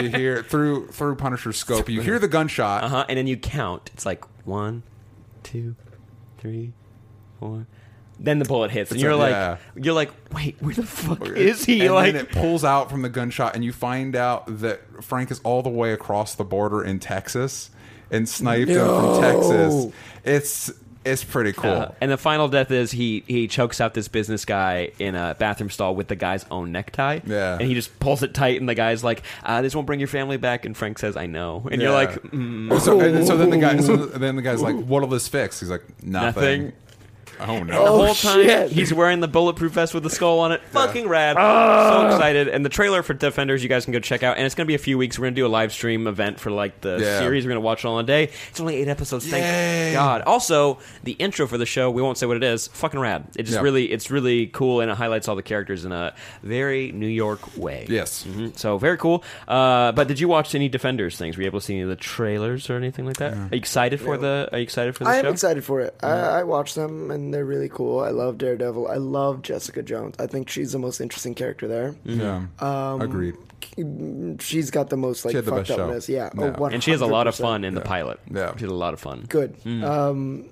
you hear through through Punisher's scope, you hear the gunshot. Uh huh. And then you count. It's like one, two, three, four. Then the bullet hits, and It's you're a- like, yeah. you're like, wait, where the fuck is he? And like, then it pulls out from the gunshot, and you find out that Frank is all the way across the border in Texas and sniped him from Texas. It's it's pretty cool. Uh, and the final death is he he chokes out this business guy in a bathroom stall with the guy's own necktie. Yeah. and he just pulls it tight, and the guy's like, uh, "This won't bring your family back." And Frank says, "I know." And you're Yeah. like, mm, so, and then- so then the guy, so then the guy's like, "What'll this fix?" He's like, "Nothing." Nothing. Oh no! the whole time shit. he's wearing the bulletproof vest with the skull on it. Fucking rad! Ah. So excited! And the trailer for Defenders you guys can go check out. And it's gonna be a few weeks. We're gonna do a live stream event for like the Yeah. series. We're gonna watch it all in a day. It's only eight episodes. Yay. Thank God. Also, the intro for the show we won't say what it is. Fucking rad! It just Yeah. really it's really cool and it highlights all the characters in a very New York way. Yes. Mhm. So very cool. Uh, but did you watch any Defenders things? Were you able to see any of the trailers or anything like that? Mm. Are you excited for the? Are you excited for the I am show? excited for it. I, I watched them and they're really cool. I love Daredevil. I love Jessica Jones. I think she's the most interesting character there. Yeah. Agreed. She's got the most like Mm. had the fucked best show. upness. Yeah, Yeah. Oh, And she has a lot of 100%. fun in the pilot. Yeah. She has a lot of fun. Good. Um, I, mean,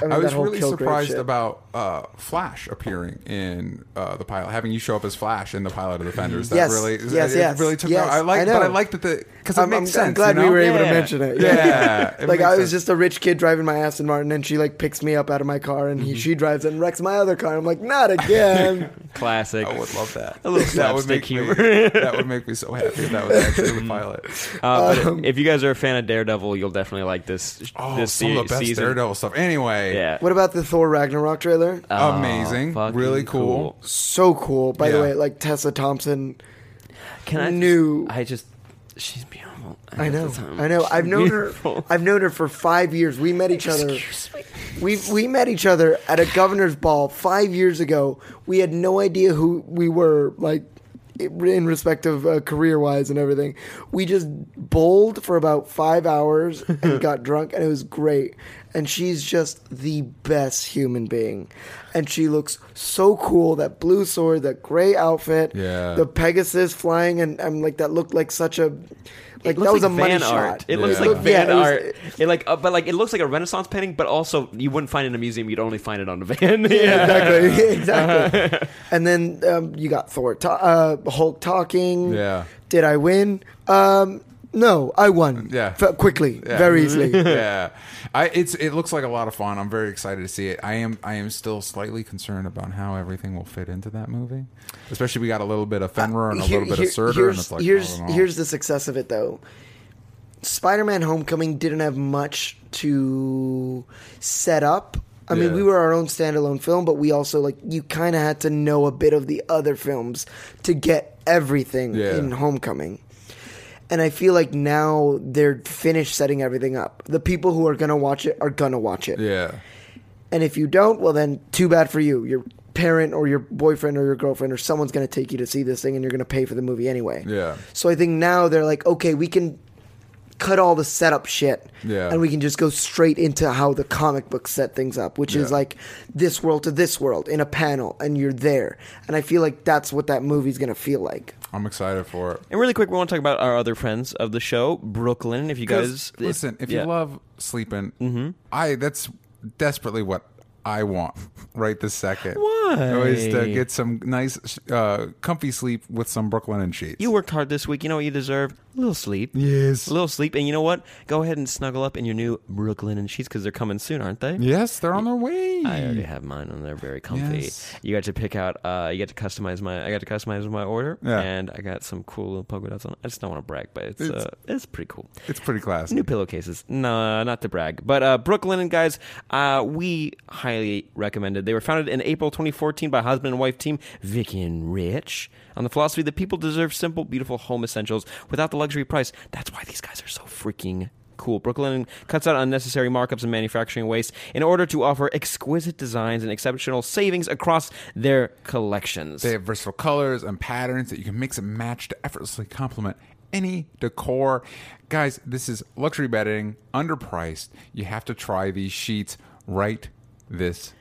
Hmm. I that was whole really Kill Grave surprised shit. about uh, Flash appearing in uh, the pilot, having you show up as Flash in the pilot of the Fenders. That Yes. really, Yes, it yes, really took. yes. me out. I like, I but I know. like that the because it I'm, makes I'm- I'm sense. glad you know? we were able to Yeah. mention it. [laughs] Yeah, it like makes I was sense. just a rich kid driving my Aston Martin, and she like picks me up out of my car, and Mm-hmm. he, she drives and wrecks my other car. I'm like, not [laughs] again. Classic. I would love [laughs] that. A little that would slapstick make Mm. humor. [laughs] Me, that would make me so happy if that was actually the pilot. Uh, but if you guys are a fan of Daredevil, you'll definitely like this. Oh, this some of the se- best season. Daredevil stuff. Anyway, Yeah. what about the Thor Ragnarok trailer? Uh, amazing, fucking really cool. so cool. By Yeah. the way, like Tessa Thompson. Can I? New. I just. She's beautiful. I know. that's how- I know. I've known her. Beautiful. I've known her for five years. We met each other. We we met each other at a governor's ball five years ago. We had no idea who we were, like in respect of uh, career wise and everything. We just bowled for about five hours and got drunk, and it was great. And she's just the best human being, and she looks so cool. That blue sword, that gray outfit, Yeah. the Pegasus flying, and I'm like that looked like such a. Like It looks that was like a money van shot. art. It looks Yeah. like Yeah, van it was- art. It like, uh, but like, it looks like a Renaissance painting. But also, you wouldn't find it in a museum. You'd only find it on a van. [laughs] [laughs] yeah. [laughs] exactly, exactly. and then um, you got Thor, ta- uh, Hulk talking. Yeah. Did I win? Um, no, I won. Yeah. F- quickly, Yeah. [laughs] very easily. yeah, I, it's it looks like a lot of fun. I'm very excited to see it. I am I am still slightly concerned about how everything will fit into that movie. Especially we got a little bit of Fenrir and a Uh, Here- little bit here- of Surtur, here's, and it's like oh, here's, I don't know. here's the success of it though. Spider-Man: Homecoming didn't have much to set up. I Yeah. mean, we were our own standalone film, but we also like you kind of had to know a bit of the other films to get everything Yeah. in Homecoming. And I feel like now they're finished setting everything up. The people who are gonna watch it are gonna watch it. yeah. And if you don't, well, then too bad for you. Your parent or your boyfriend or your girlfriend or someone's going to take you to see this thing and you're going to pay for the movie anyway. Yeah. So I think now they're like, okay, we can cut all the setup shit Yeah. and we can just go straight into how the comic book set things up, which is Yeah. like this world to this world in a panel and you're there. And I feel like that's what that movie's going to feel like. I'm excited for it. And really quick, we want to talk about our other friends of the show, Brooklyn. If you guys Because listen, if yeah. Mm-hmm. you love sleeping, I that's desperately what I want [laughs] right this second. Oh, Why? Is to get some nice, uh, comfy sleep with some Brooklyn and sheets. You worked hard this week. You know what you deserve? A little sleep. Yes. A little sleep. And you know what? Go ahead and snuggle up in your new Brooklyn and sheets because they're coming soon, aren't they? yes, they're on their way. I already have mine and they're very comfy. Yes. You got to pick out uh you got to customize my I got to customize my order Yeah. and I got some cool little polka dots on. I just don't want to brag, but it's It's- uh it's pretty cool. it's pretty classic. New pillowcases. No, not to brag. But uh, Brooklyn and guys, uh, we highly recommended. They were founded in April 2014 by husband and wife team Vicky and Rich on the philosophy that people deserve simple, beautiful home essentials without the luxury price. That's why these guys are so freaking cool. Brooklyn cuts out unnecessary markups and manufacturing waste in order to offer exquisite designs and exceptional savings across their collections. They have versatile colors and patterns that you can mix and match to effortlessly complement any decor. Guys, this is luxury bedding, underpriced. You have to try these sheets right this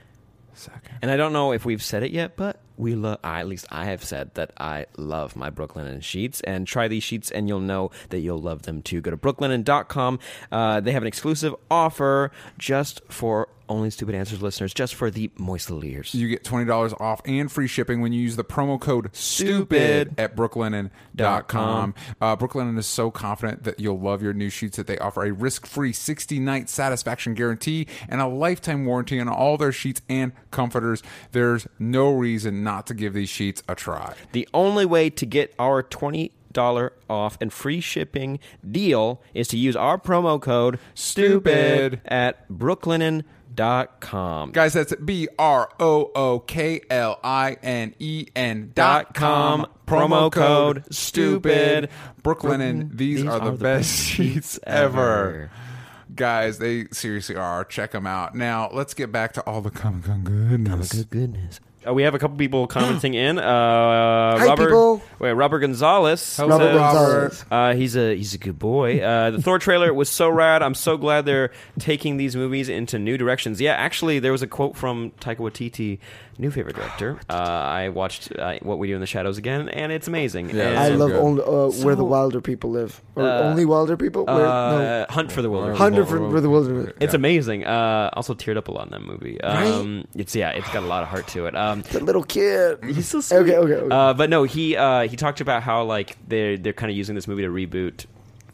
Second. And I don't know if we've said it yet, but we love. At least I have said that I love my Brooklyn and sheets. And try these sheets, and you'll know that you'll love them too. Go to brooklinen.com. Uh, they have an exclusive offer just for only stupid answers listeners, just for the moisteliers. You get $20 off and free shipping when you use the promo code STUPID at brooklinen.com. Uh, Brooklinen is so confident that you'll love your new sheets that they offer a risk free 60 night satisfaction guarantee and a lifetime warranty on all their sheets and comforters. There's no reason not to give these sheets a try. The only way to get our twenty dollar off and free shipping deal is to use our promo code Stupid. at brooklinen.com. Guys, that's B R O O K L I N E N dot com. Promo code stupid. Brooklyn, and these, are, the, best, [laughs] sheets ever. ever. Guys, they seriously are. Check them out. Now, let's get back to all the Comic Con goodness. Good goodness. Uh, we have a [gasps] couple people commenting in. Uh, Robert, people. Wait, Robert Gonzalez. Hello, says- Gonzalez. Uh, he's a he's a good boy. Uh, the Thor trailer was so rad. I'm so glad they're taking these movies into new directions. Yeah, actually, there was a quote from Taika Waititi, new favorite [gasps] director. Uh, I watched uh, What We Do in the Shadows again, and it's amazing. Yeah, And, I so love good. only, uh, where the So- wilder people live, or Uh, only wilder people. Where, uh, Hunt for the Well, Wilderness. Hunt for- for the [laughs] wilderness. It's amazing. Uh, also teared up a lot in that movie. Um, It's yeah, it's got a lot of heart to it. Um, no, the little kid. He's so sweet. Okay, okay, okay. Uh, but no, he uh, he talked about how like they're they're kind of using this movie to reboot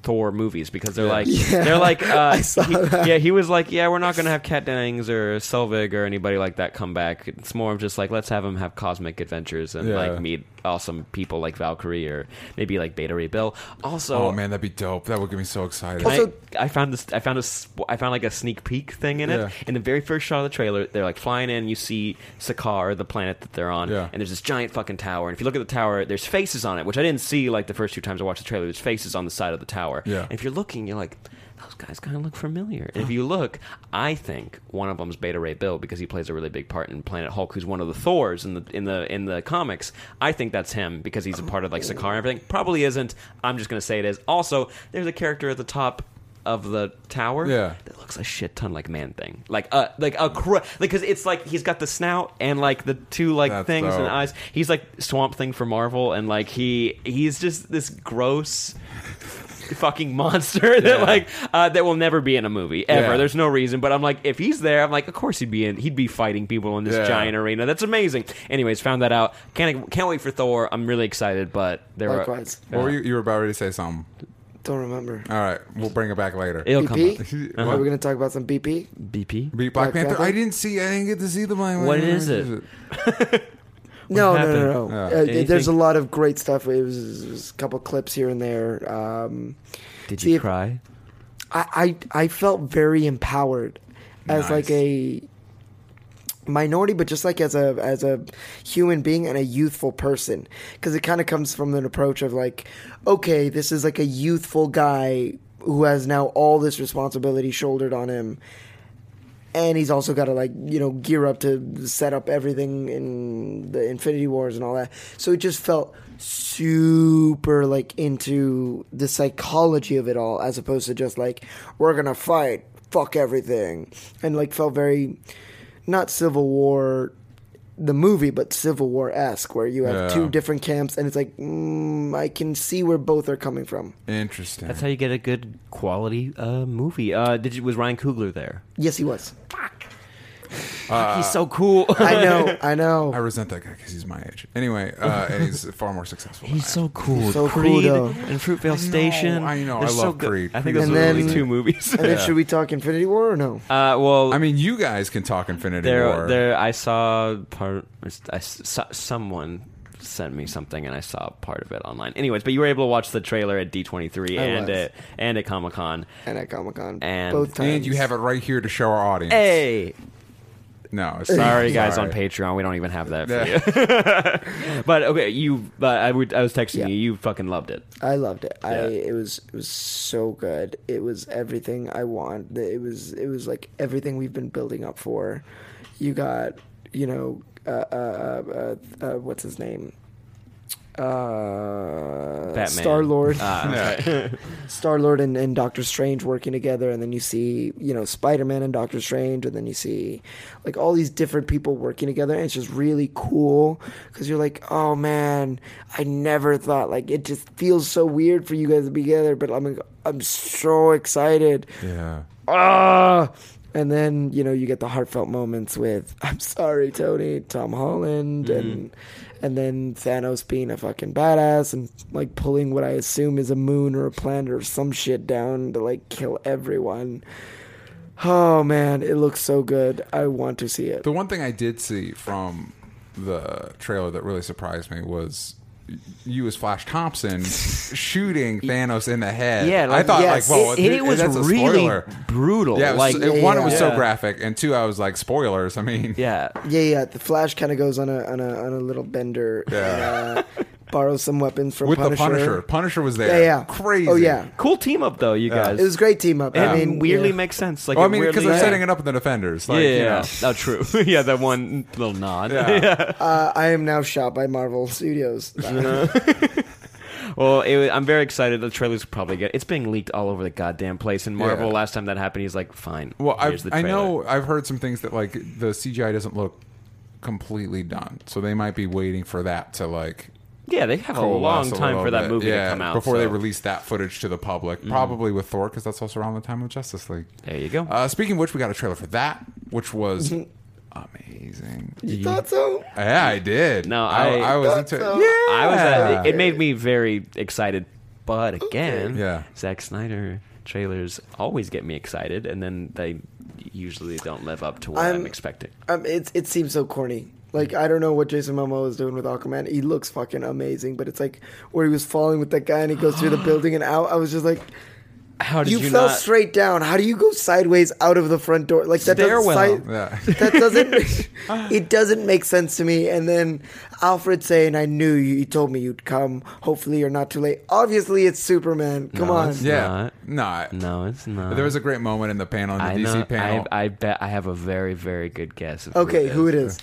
Thor movies because they're like [laughs] Yeah. they're like uh, [laughs] I saw he- that. yeah he was like yeah we're not gonna have Kat Dennings or Selvig or anybody like that come back. It's more of just like let's have them have cosmic adventures and Yeah. like meet awesome people like Valkyrie or maybe like Beta Ray Bill. Also, Oh, man, that'd be dope. That would get me so excited. and Also- I, I found this. I found a. sp- I found like a sneak peek thing in it. Yeah. In the very first shot of the trailer, they're like flying in. You see Sakar, the planet that they're on, Yeah. and there's this giant fucking tower. And if you look at the tower, there's faces on it, which I didn't see like the first two times I watched the trailer. There's faces on the side of the tower. Yeah. And if you're looking, you're like, those guys kind of look familiar. And if you look, I think one of them's Beta Ray Bill because he plays a really big part in Planet Hulk, who's one of the Thors in the in the in the comics. I think that's him because he's a part of like Sakaar and everything. Probably isn't. I'm just gonna say it is. Also, there's a character at the top of the tower Yeah. that looks a shit ton like man thing like uh like a cr- because it's like he's got the snout and like the two like That's things and dope. eyes he's like swamp thing for marvel and like he he's just this gross [laughs] fucking monster that Yeah. like uh, that will never be in a movie ever. Yeah. There's no reason, but I'm like, if he's there, I'm like, of course he'd be in. He'd be fighting people in this Yeah. giant arena. That's amazing. Anyways, found that out. Can't can't wait for Thor. I'm really excited, but there were- Likewise. What were you, you were about ready to say something. Don't remember. All right, we'll bring it back later. [laughs] it'll come. Up. BP. Uh-huh. Are we gonna talk about some BP? BP. Beat Black, Black Panther. Panther? I didn't see. I didn't get to see the Black What Panther. is it? No, no, happened? no, no, Yeah. Uh, Anything- there's a lot of great stuff. It was, it was a couple clips here and there. Um, Did See you if- cry? I, I I felt very empowered as Nice. like a minority, but just like as a as a human being and a youthful person, because it kind of comes from an approach of like, okay, this is like a youthful guy who has now all this responsibility shouldered on him. And he's also got to like you know gear up to set up everything in the Infinity Wars and all that. So it just felt super like into the psychology of it all, as opposed to just like we're gonna fight, fuck everything, and like felt very not Civil War, the movie, but Civil War esque, where you have Yeah. two different camps, and it's like mm, I can see where both are coming from. Interesting. That's how you get a good quality uh, movie. Uh, did you, was Ryan Coogler there? Yes, he [laughs] was. Uh, He's so cool. [laughs] I know, I know. I resent that guy because he's my age. Anyway, [laughs] uh, and he's far more successful. than I He's so cool. so cool, Creed though. and Fruitvale Station. I know. They're I so love good. Creed. I think Creed is those are the only amazing. two movies. And then should we talk Infinity War or no? [laughs] Uh, well, I mean, you guys can talk Infinity there, War. there. I saw part. I s- someone sent me something, and I saw part of it online. Anyways, but you were able to watch the trailer at D twenty three I and was. at and at Comic Con. And at Comic Con, And- both times. and you have it right here to show our [laughs] audience. Hey, No, it's- sorry guys on Patreon, we don't even have that [laughs] for [laughs] Yeah. you. But okay, you. But I would. I was texting Yeah. you. You fucking loved it. I loved it. I it Yeah. was it was so good. It was everything I want. The- It was it was like everything we've been building up for. You got you know uh, uh, uh, uh, uh, what's his name? uh, Batman. Star Lord, Ah, [laughs] Star Lord, and, and Doctor Strange working together, and then you see you know Spider Man and Doctor Strange, and then you see like all these different people working together, and it's just really cool because you're like, oh man, I never thought like it just feels so weird for you guys to be together, but I'm like, I'm so excited, Yeah. ah. And then you know you get the heartfelt moments with "I'm sorry, Tony," Tom Holland, and Mm-hmm. and then Thanos being a fucking badass and like pulling what I assume is a moon or a planet or some shit down to like kill everyone. Oh man, it looks so good. I want to see it. The one thing I did see from the trailer that really surprised me was you as Flash [laughs] Thompson shooting Thanos in the head. Yeah, I like- thought yes. like, whoa, It- it was that's a really spoiler. brutal. Yeah, it was- Like- it- one, it was so Yeah. graphic, and two, I was like, spoilers. I mean, yeah. Yeah, yeah. The Flash kind of goes on a on a on a little bender. Yeah. And, uh, borrows some weapons from with Punisher. the Punisher, Punisher was Yeah, there. yeah. crazy. Oh yeah, Cool team up though, you guys. it was a great team up. And I mean, weirdly yeah. makes sense. Like, Well, I it mean, because weirdly- they're setting it up with the Defenders. Like, yeah, you [laughs] yeah. know. [laughs] Oh, true. yeah, that one little nod. Uh, I am now shot by Marvel [laughs] Studios. [laughs] [laughs] Well, it, wa- I'm very excited. The trailer's probably good. It's being leaked all over the goddamn place. And Marvel, Yeah. last time that happened, he's like, "Fine." Well, here's I've, the I trailer." know I've heard some things that like the CGI doesn't look completely done, so they might be waiting for that to like Yeah, they have a coalesce long time little for that bit. movie Yeah, to come out before they so- Mm-hmm. release that footage to the public. Probably with Thor, because that's also around the time of Justice League. There you go. Uh, speaking of which, we got a trailer for that, which was amazing. You thought so? Yeah, I did. No, I- I was Thought into it. so. Yeah, I was. Uh, it, it made me very excited. But again, Yeah. Zack Snyder trailers always get me excited, and then they usually don't live up to what I'm, I'm- expecting. Um, it it seems so corny. Like I don't know what Jason Momoa is doing with Aquaman. He looks fucking amazing, but it's like where he was falling with that guy and he goes [gasps] through the building and out. I was just like, How did you, you, fell not? straight down. How do you go sideways out of the front door? Like that doesn't Stairwell. side- Yeah. [laughs] that [laughs] doesn't it doesn't make sense to me. And then Alfred saying, "I knew you. You told me you'd come. Hopefully, you're not too late." Obviously, it's Superman. Come No, on. it's yeah. Not. No, I- No, it's not. there was a great moment in the panel, in the I DC know, panel. I, I bet I have a very, very good guess. Of Okay, who it is. is?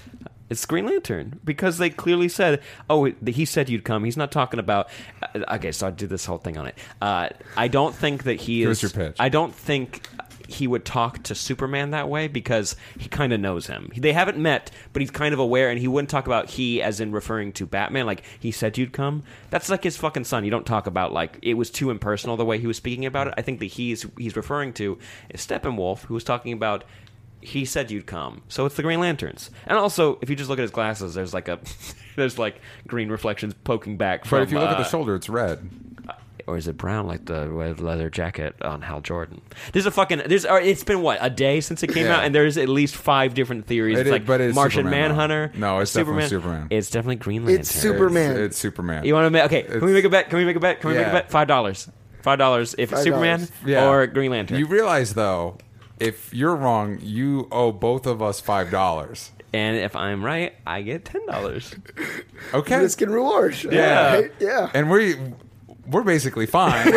It's Green Lantern because they clearly said, "Oh, it- he said you'd come." He's not talking about. uh, Okay, so I did this whole thing on it. Uh, I don't think that he Give is. us your pitch. I don't think he would talk to Superman that way because he kind of knows him. They haven't met, but he's kind of aware, and he wouldn't talk about he as in referring to Batman. Like he said you'd come. That's like his fucking son. You don't talk about like it was too impersonal the way he was speaking about it. I think that he's he's referring to is Steppenwolf, who was talking about he said you'd come. So it's the Green Lanterns. And also, if you just look at his glasses, there's like a [laughs] there's like green reflections poking back from but if you look at uh, the shoulder, it's red. or is it brown like the red leather jacket on Hal Jordan? There's a fucking there's or it's been what, a day since it came Yeah. out and there's at least five different theories. It it's is- like but it's Martian Superman, though. Manhunter. No, it's definitely Superman. It's definitely Green Lantern. Superman. It's, it's Superman. You want to make okay? Can we It's- make a bet? Can we make a bet? Can we make Yeah. a bet? Five dollars. Five dollars if it's $5. Superman Yeah. or Green Lantern. You realize though, if you're wrong, you owe both of us five dollars. and if I'm right, I get ten [laughs] dollars. Okay. Risk and reward. Yeah. Right? [laughs] yeah. And we we're [laughs] basically fine.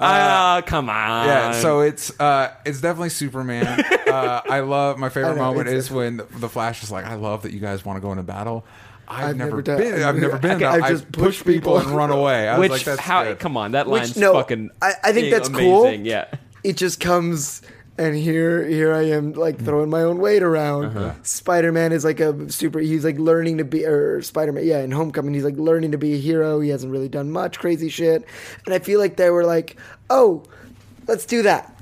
Ah, come on. yeah. So it's uh it's [laughs] definitely Superman. uh, I love my favorite I know, moment it's- is when the Flash is like, I love that you guys want to go into battle. I've, I've never, never done- been. [laughs] I've never been. Okay, I've, I've just just pushed pushed people and people. run away. I Which was like, that's how? good. Come on, that Which, line's no, fucking. I- I think being that's amazing. cool. Yeah, it just comes and here here I am like Mm. throwing my own weight around. Uh-huh. Spider-Man is like a super he's like learning to be or Spider-Man yeah in Homecoming he's like learning to be a hero. He hasn't really done much crazy shit. And I feel like they were like, "Oh, let's do that."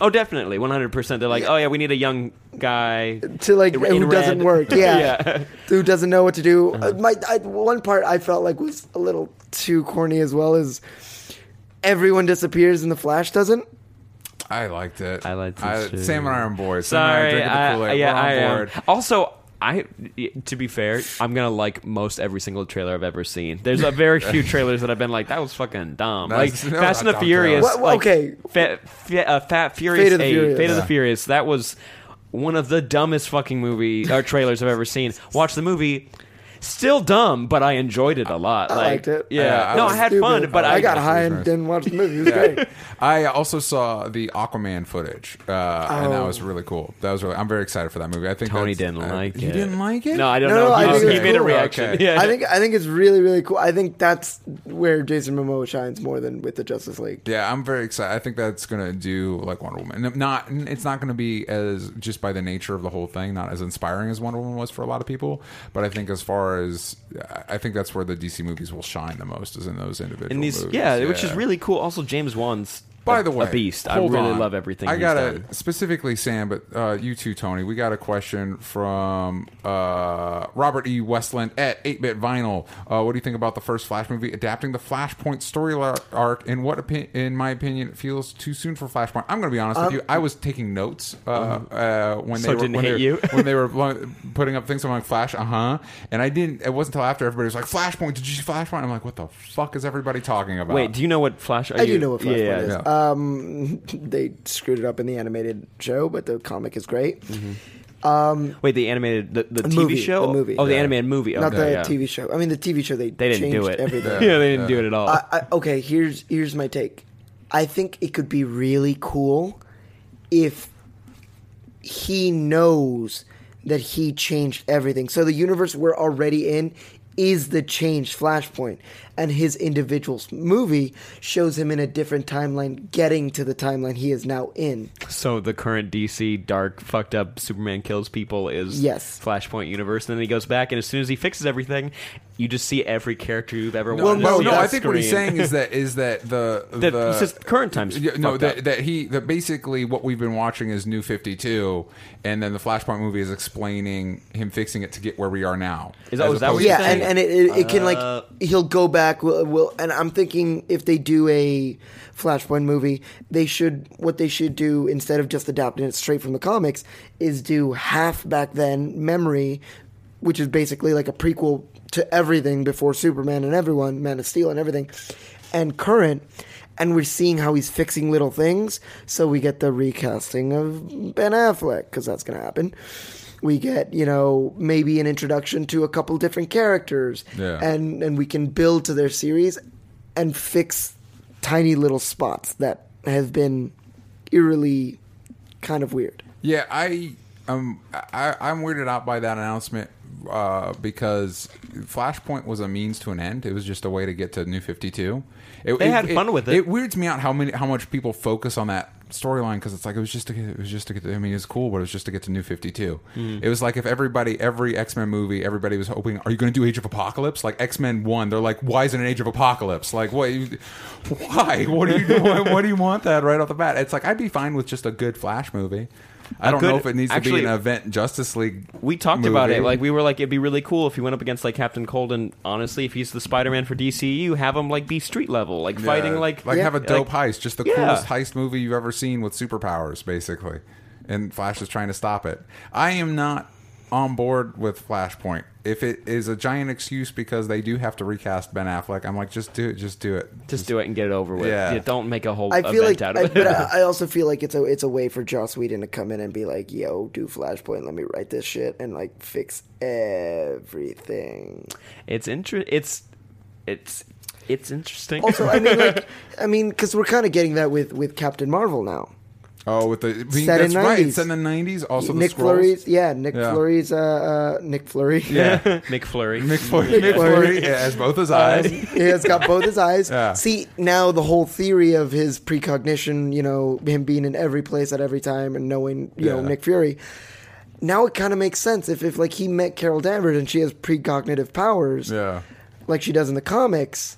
oh, definitely, one hundred percent. They're like, oh yeah, we need a young guy. To like In who doesn't red. [laughs] [laughs] work. Yeah. Yeah. Who doesn't know what to do. Uh, My I, one part I felt like was a little too corny as well as everyone disappears and the Flash doesn't. I liked it. I liked it too. Sam and I are on board. Sam and I are Sorry, drinking I- the Kool-Aid. yeah, We're on I um, am. board. Also. I, to be fair, I'm gonna like most every single trailer I've ever seen. There's a very [laughs] few trailers that I've been like, that was fucking dumb. That's- like no, Fast and not dumb the Furious. trailers. What- like, okay. Fa- fa- uh, Fat Furious. Fate of the 8, Furious. Fate of the Yeah. Furious. That [laughs] was one of the dumbest fucking movie or trailers I've ever seen. Watch the movie. Still dumb, but I enjoyed it a lot. I like, liked it. Yeah, Yeah, I no, was I had Stupid. fun, but I, got it high was and nice. didn't watch the movie. [laughs] It was great. I also saw the Aquaman footage, uh, and that was really cool. That was really. I'm very excited for that movie. I think Tony that's- didn't I- like You it. didn't like it? No, I don't No, know. I He, think he it's made a cool. reaction. Okay. Yeah. I think I think it's really really cool. I think that's where Jason Momoa shines more than with the Justice League. Yeah, I'm very excited. I think that's gonna do like Wonder Woman. And Not, it's not gonna be as just by the nature of the whole thing, not as inspiring as Wonder Woman was for a lot of people. But I think as far as, I think that's where the DC movies will shine the most is in those individual. in these, movies. yeah, which is really cool. Also, James Wan's By a- the way, a beast. I hold really on. love everything. I he's got done. a specifically Sam, but uh, you too, Tony. We got a question from uh, Robert E. Westland at Eight Bit Vinyl. Uh, what do you think about the first Flash movie adapting the Flashpoint story lar- arc? And what, opi- in my opinion, it feels too soon for Flashpoint. I'm going to be honest with you. I was taking notes uh, uh, when Oh. So they it were didn't when hit they, were- you? [laughs] when they were lo- putting up things. I'm like Flash, uh huh. And I didn't. It wasn't until after everybody was like Flashpoint. Did you see Flashpoint? I'm like, what the fuck is everybody talking about? Wait, do you know what Flash? Are I you, do know what Flashpoint yeah, is. yeah. Um, [laughs] they screwed it up in the animated show, but the comic is great. Mm-hmm. Wait, the animated the, the, TV movie, show, the movie. Oh, the Yeah. animated movie. Not Okay, the yeah. TV show. I mean, the TV show they, They didn't changed do it. everything. [laughs] yeah, they didn't do it at all. I, I, okay, here's here's my take. I think it could be really cool if he knows that he changed everything. So the universe we're already in is the changed Flashpoint, and his individual movie shows him in a different timeline, getting to the timeline he is now in. so the current DC dark fucked up Superman kills people is Yes. Flashpoint universe. And then he goes back, and as soon as he fixes everything, you just see every character you've ever No, wanted. no, to see no. on I think what he's screen. saying is that is that the [laughs] That the it's just current times Yeah, no, fucked that, up. that he that basically what we've been watching is New Fifty Two, and then the Flashpoint movie is explaining him fixing it to get where we are now. Is that- As was that what opposed you're yeah, to- saying? and, and it, it, it can Uh, like he'll go back. Will, will and I'm thinking if they do a Flashpoint movie, they should what they should do instead of just adapting it straight from the comics is do half back then memory, which is basically like a prequel to everything before Superman and everyone, Man of Steel and everything, and current. And we're seeing how he's fixing little things. So we get the recasting of Ben Affleck because that's going to happen. We get, you know, maybe an introduction to a couple different characters, Yeah. and and we can build to their series and fix tiny little spots that have been eerily kind of weird. Yeah, I um I I'm weirded out by that announcement uh, because Flashpoint was a means to an end. It was just a way to get to New Fifty Two. They had fun with it. It weirds me out how many how much people focus on that storyline because it's like it was just to get, it was just to get. To, I mean, it's cool, but it was just to get to New Fifty Two. Mm. It was like if everybody every X Men movie, everybody was hoping, are you going to do Age of Apocalypse? Like X Men One, they're like, why isn't an Age of Apocalypse? Like, what? you- Why? What do you do? why, why do you want that right off the bat? It's like I'd be fine with just a good Flash movie. I don't good- know if it needs actually- to be an event Justice League. we talked about it. movie. Like we were like, it'd be really cool if he went up against like Captain Cold, and honestly, if he's the Spider Man for DCU, have him like be street level, like Yeah. fighting like like have a dope like- heist, just the Yeah. coolest heist movie you've ever seen with superpowers, basically. And Flash is trying to stop it. I am not on board with Flashpoint. If it is a giant excuse because they do have to recast Ben Affleck, I'm like, just do it, just do it. Just do it and get it over with. Yeah. Yeah, don't make a whole I feel event like, out I, of but it. [laughs] I, I also feel like it's a it's a way for Joss Whedon to come in and be like, "Yo, do Flashpoint. Let me write this shit and like fix everything." it's inter- It's it's it's interesting. [laughs] Also, I mean, like, I mean, because we're kind of getting that with with Captain Marvel now. Oh, with the being, Set in that's right, 90s. it's in the '90s. Also, Nick the Skrulls. Flurry's, yeah, Nick Yeah. Flurry's, uh, uh, Nick Flurry. yeah, [laughs] Nick Flurry. Nick Flurry, Nick Nick Flurry. Flurry yeah, has both his eyes. [laughs] [laughs] he has got both his eyes. Yeah. See, now the whole theory of his precognition, you know, him being in every place at every time and knowing, you know, Yeah. Nick Fury. Now it kind of makes sense if, if like he met Carol Danvers and she has precognitive powers, Yeah. like she does in the comics.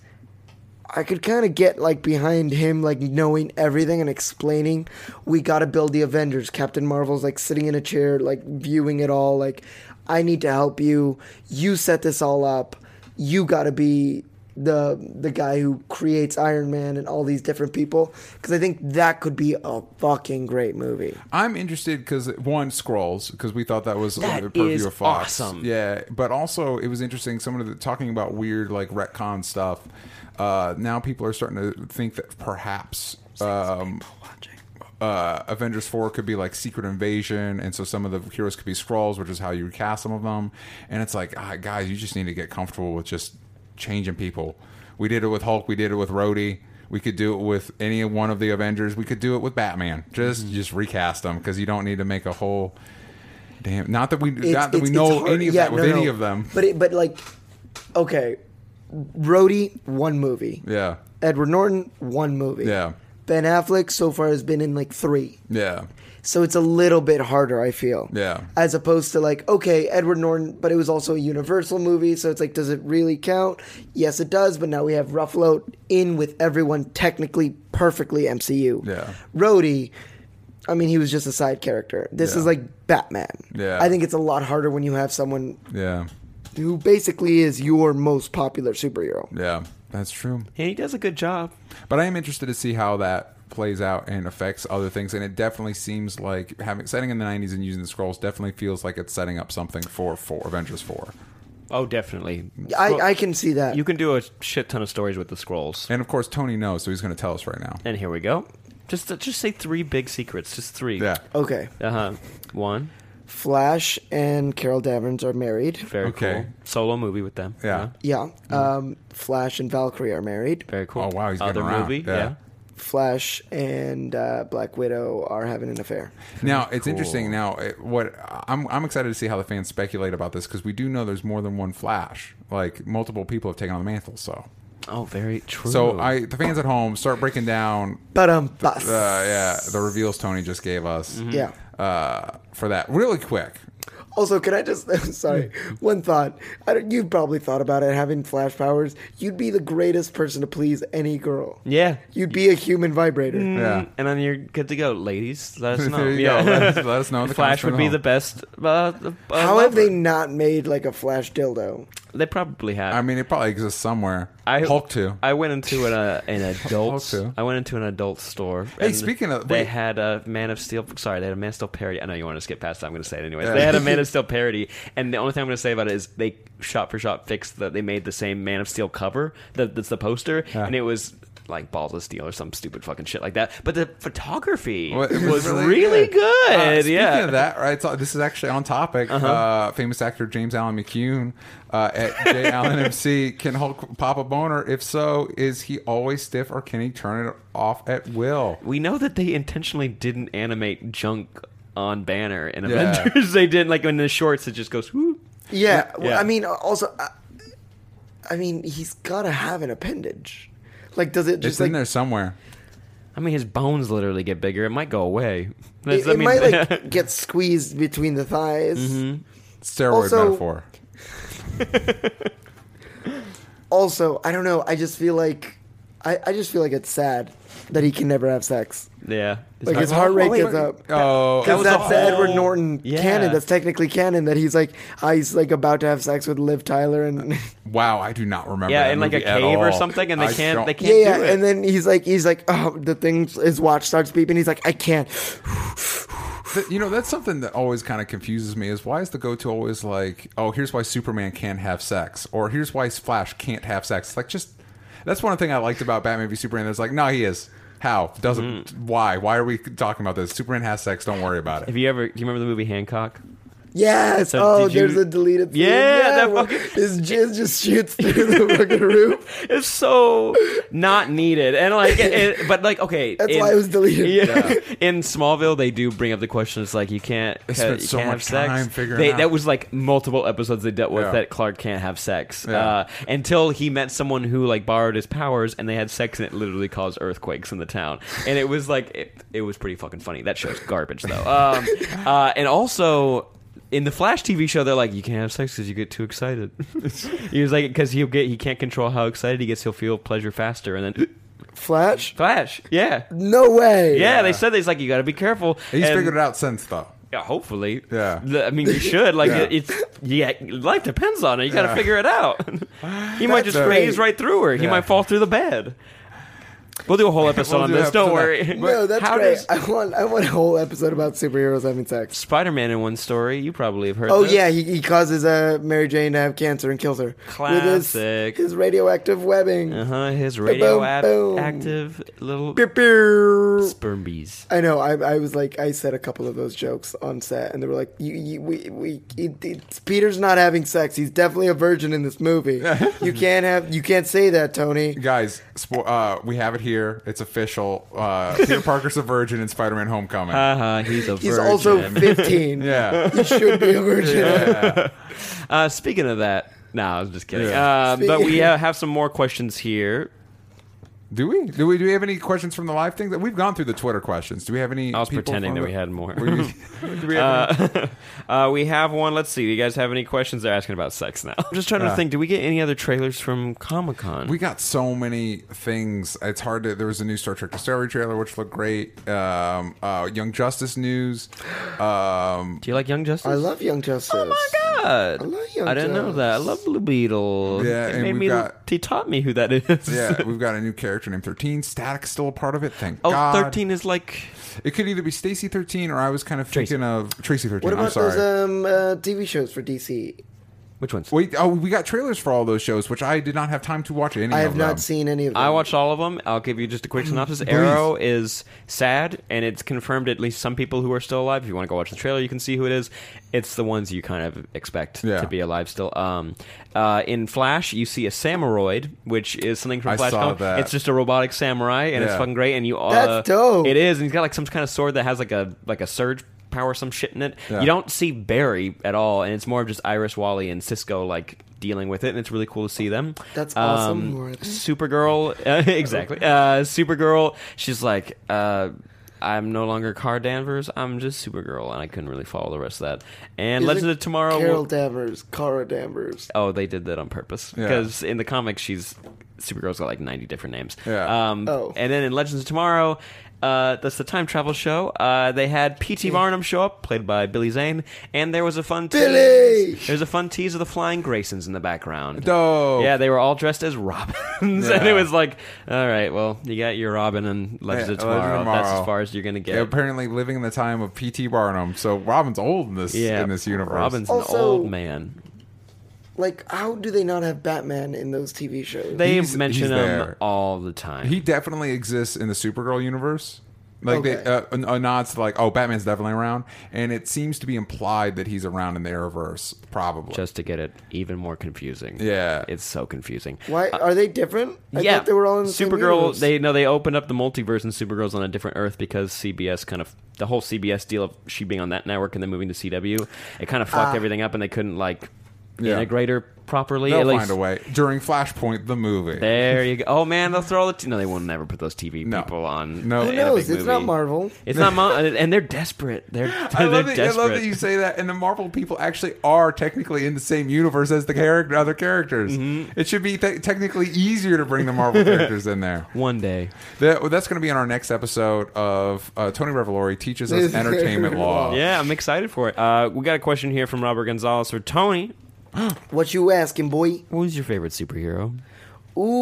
I could kind of get like behind him, like knowing everything and explaining. We got to build the Avengers. Captain Marvel's like sitting in a chair, like viewing it all. Like, I need to help you. You set this all up. You got to be the the guy who creates Iron Man and all these different people. Because I think that could be a fucking great movie. I'm interested because one scrolls because we thought that was That a purview is of Fox. awesome. Yeah, but also it was interesting. Someone of the, talking about weird like retcon stuff. Uh, now people are starting to think that perhaps. Um, uh, Avengers 4 could be like Secret Invasion, and so some of the heroes could be Skrulls, which is how you would cast some of them. And it's like, ah, guys, you just need to get comfortable with just changing people. We did it with Hulk, we did it with Rhodey. We could do it with any one of the Avengers. We could do it with Batman. Just just recast them because you don't need to make a whole damn. Not that we It's- not that it's- we it's know hard- any of yeah, that with no, no. any of them. But it, but like, okay, Rhodey one movie, Yeah, Edward Norton one movie, Yeah. Ben Affleck so far has been in like three, yeah, so it's a little bit harder. I feel Yeah. as opposed to like okay Edward Norton, but it was also a Universal movie, so it's like does it really count? Yes, it does. But now we have Ruffalo in with everyone technically perfectly MCU. Yeah. Rhodey. I mean, he was just a side character. This Yeah. is like Batman. Yeah. I think it's a lot harder when you have someone yeah, who basically is your most popular superhero. yeah. That's true. And he does a good job. But I am interested to see how that plays out and affects other things. And it definitely seems like having setting in the '90s and using the scrolls definitely feels like it's setting up something for for Avengers Four. Oh, definitely. I, Scroll- I can see that. you can do a shit ton of stories with the scrolls. And of course, Tony knows, so he's going to tell us right now. And here we go. Just uh, just say three big secrets. Just three. Yeah. okay. Uh huh. One. Flash and Carol Danvers are married. Very Okay. cool. Solo movie with them. Uh-huh. Yeah. Yeah. Um, Flash and Valkyrie are married. Very cool. Oh, wow, he's getting Other around. movie. Yeah. Yeah. Flash and uh, Black Widow are having an affair. Now it's interesting. Now it- what I'm I'm excited to see how the fans speculate about this because we do know there's more than one Flash. Like multiple people have taken on the mantle. So Oh, very true. so I the fans at home start breaking down. But um, Uh, yeah, the reveals Tony just gave us. Mm-hmm. Yeah. Uh, for that really quick. Also, can I just [laughs] sorry one thought? I don't, you've probably thought about it. Having Flash powers, you'd be the greatest person to please any girl. Yeah. Mm, You'd be a human vibrator. Mm-hmm. Yeah. And then you're good to go, ladies. [laughs] Let us know. There you yeah. go. Let us- let us know in the [laughs] Flash comments would be below. the best. Uh, uh, How have lover. they not made like a Flash dildo? They probably have. I mean, it probably exists somewhere. Hulk too. I went into an uh, an [laughs] adult. Hulk too. I went into an adult store. Hey, and speaking of- they wait. had a Man of Steel. Sorry, they had a Man of Steel parody. I know you want to skip past that. I'm going to say it anyways. They had a [laughs] Man of Steel parody, and the only thing I'm going to say about it is they shot for shot fixed that. They made the same Man of Steel cover that, that's the poster, and it was. Like balls of steel or some stupid fucking shit like that, but the photography Well, it was really good. Uh, speaking yeah, Uh-huh. of that, right? So this is actually on topic. uh famous actor James Allen McCune uh, at [laughs] J Allen MC. Can Hulk pop a boner? If so, is he always stiff or can he turn it off at will? we know that they intentionally didn't animate junk on Banner in Yeah. Avengers. [laughs] they didn't like in the shorts. It just goes. Whoop. Yeah, well, Yeah. I mean, also, I, I mean, he's got to have an appendage. Like, does it It's just in like there somewhere. I mean, his bones literally get bigger. It might go [laughs] away. it, That's- I it mean- Mm-hmm. might [laughs] like get squeezed between the thighs? Steroid Also- metaphor. Also, I don't know. I just feel like I, I just feel like it's sad that he can never have sex. yeah. It's Like not- his heart rate Oh, wait. goes up. Oh, Because was that's a the Edward whole- Norton Yeah. canon. That's technically canon that he's like, ah, he's like about to have sex with Liv Tyler, and wow! I do not remember. yeah, that in like a movie at cave or all. something, and they I can't. don't- They [laughs] can't yeah, yeah. do it. And then he's like, he's like, oh, the thing, his watch starts beeping. He's like, I can't. Th- You know, that's something that always kind of confuses me is why is the go to always like, oh, here's why Superman can't have sex, or here's why Flash can't have sex. Like, just that's one thing I liked about Batman v Superman. It's like, no, he is. How? Doesn't. Mm-hmm. Why? Why are we talking about this? Superman has sex. Don't worry about have it. you ever? Do you remember the movie Hancock? Yes. So oh, did you- there's a deleted. Scene. Yeah, that well, fucking- his jizz just shoots through the fucking roof. It's so not needed, and like, it, it- but like, okay, [laughs] That's why it was deleted. [laughs] Yeah, in Smallville, they do bring up the question. It's like you can't. They ha- spent you so can't much have sex. time figuring They- out. That was like multiple episodes they dealt with Yeah. that Clark can't have sex Yeah. uh, until he met someone who like borrowed his powers and they had sex and it literally caused earthquakes in the town. And it was like it, it was pretty fucking funny. That show's [laughs] garbage though. Um, uh, and also. In the Flash TV show, they're like, "You can't have sex because you get too [laughs] excited." he was like, "Because he'll get he can't control how excited he gets. He'll feel pleasure faster." And then [gasps] Flash? [laughs] Flash, yeah, No way. yeah, they said this like you got to be careful. He's And- figured it out since though. Yeah, hopefully. Yeah. The- I mean, you should like Yeah. it's yeah. Life depends on it. You got to figure it out. [laughs] he might That's just a- raise right through her. He Yeah. might fall through the bed. We'll do a whole [laughs] episode We'll on do this. an Don't episode worry. on- But No, that's How great. does- I want I want a whole episode about superheroes having sex. Spider-Man in one story. You probably have heard. Oh this. yeah, he, he causes uh, Mary Jane to have cancer and kills her with his, Classic. his radioactive webbing. Uh huh. His boom. radioactive little Pew, pew. sperm bees. I know. I, I was like, I said a couple of those jokes on set, and they were like, "You, you we, we, it, it's, Peter's not having sex. He's definitely a virgin in this movie. [laughs] you can't have, you can't say that, Tony. Guys, spo- uh, we have it here. It's official. Uh, [laughs] Peter Parker's a virgin in Spider-Man: Homecoming. Uh huh. He's a He's virgin. [laughs] also 15. yeah, he should be a virgin. Uh, speaking of that, no, I was just kidding. Yeah. Uh, but we uh, have some more questions here. do we? Do we? Do we have any questions from the live thing? That we've gone through the Twitter questions. Do we have any? I was people pretending from the- that we had more. Were [laughs] you- do we have any- Uh, we have one. Let's see. Do you guys have any questions? They're asking about sex now. [laughs] I'm just trying to Yeah. think. Do we get any other trailers from Comic Con? We got so many things. It's hard to. There was a new Star Trek Discovery trailer, which looked great. Um, uh, Young Justice news. [laughs] Um, Do you like Young Justice? I love Young Justice. Oh my god! I, love Young didn't know Justice. that. I love Blue Beetle. Yeah, It and made we've me. got- He taught me who that is. yeah, we've got a new character named Thirteen. Static's still a part of it. Thank [laughs] Oh, God. 13 is like It could either be Stacy Thirteen or I was kind of Tracy. thinking of Tracy Thirteen. What I'm about sorry. those um, uh, TV shows for DC? which ones? Wait, oh, we got trailers for all those shows, which I did not have time to watch any. I of have them. Mm, not seen any of them. I watched all of them. I'll give you just a quick synopsis. Arrow is sad, and it's confirmed at least some people who are still alive. If you want to go watch the trailer, you can see who it is. It's the ones you kind of expect Yeah. to be alive still. Um, uh, in Flash, you see a Samuroid, which is something from I Flash. saw comic. that. It's just a robotic samurai, and it's Yeah. fucking great. And you uh, That's dope. It is, and he's got like some kind of sword that has like a like a surge power, or some shit in it. Yeah. You don't see Barry at all, and it's more of just Iris, Wally, and Cisco like dealing with it, and it's really cool to see them. That's awesome, Um, Warren. Supergirl, [laughs] uh, exactly. Uh, Supergirl, she's like, uh, I'm no longer Car Danvers. I'm just Supergirl, and I couldn't really follow the rest of that. And Is Legend it of Tomorrow. Carol will- Danvers, Cara Danvers. oh, they did that on purpose Yeah. because in the comics, she's Supergirl's got like 90 different names. Yeah. Um, Oh. And then in Legends of Tomorrow. Uh, that's the time travel show. Uh, they had P.T. Barnum show up, played by Billy Zane, and there was a fun Billy! tease. There's a fun tease of the flying Graysons in the background. Dope. Yeah, they were all dressed as Robins, [laughs] and it Yeah. was like, all right, well, you got your Robin and Legends Yeah, of Tomorrow. Legends of That's as Tomorrow. far as you're gonna get. They're apparently living in the time of P.T. Barnum, so Robin's old in this yeah, in this universe. Robin's Also- an old man. Like, how do they not have Batman in those TV shows? They He's- mention he's him there. all the time. He definitely exists in the Supergirl universe. Like they uh, Okay. a, a nods to like, oh, Batman's definitely around, and it seems to be implied that he's around in the Arrowverse, probably. just to get it even more confusing. Yeah. it's so confusing. Why are they different? I uh, yeah, thought they were all in the same Supergirl. universe. they no, they opened up the multiverse and Supergirl's on a different Earth because CBS kind of the whole CBS deal of she being on that network and then moving to CW. It kind of Ah. fucked everything up, and they couldn't like Yeah. integrate her properly. They'll at least find a way during Flashpoint the movie. There you go. Oh man, they'll throw all the. T- no, they will never put those TV No. people on. No. in Who a knows? It's big not movie. Marvel. [laughs] It's not Marvel, and they're desperate. They're, I love, [laughs] they're that, I love desperate. that you say that, and the Marvel people actually are technically in the same universe as the character, other characters. Mm-hmm. It should be te- technically easier to bring the Marvel characters in [laughs] there. One day, That, well, that's going to be on our next episode of uh, Tony Revolori [laughs] teaches us entertainment law. yeah, I'm excited for it. Uh, we got a question here from Robert Gonzalez for Tony. What you asking, boy? Who's your favorite superhero?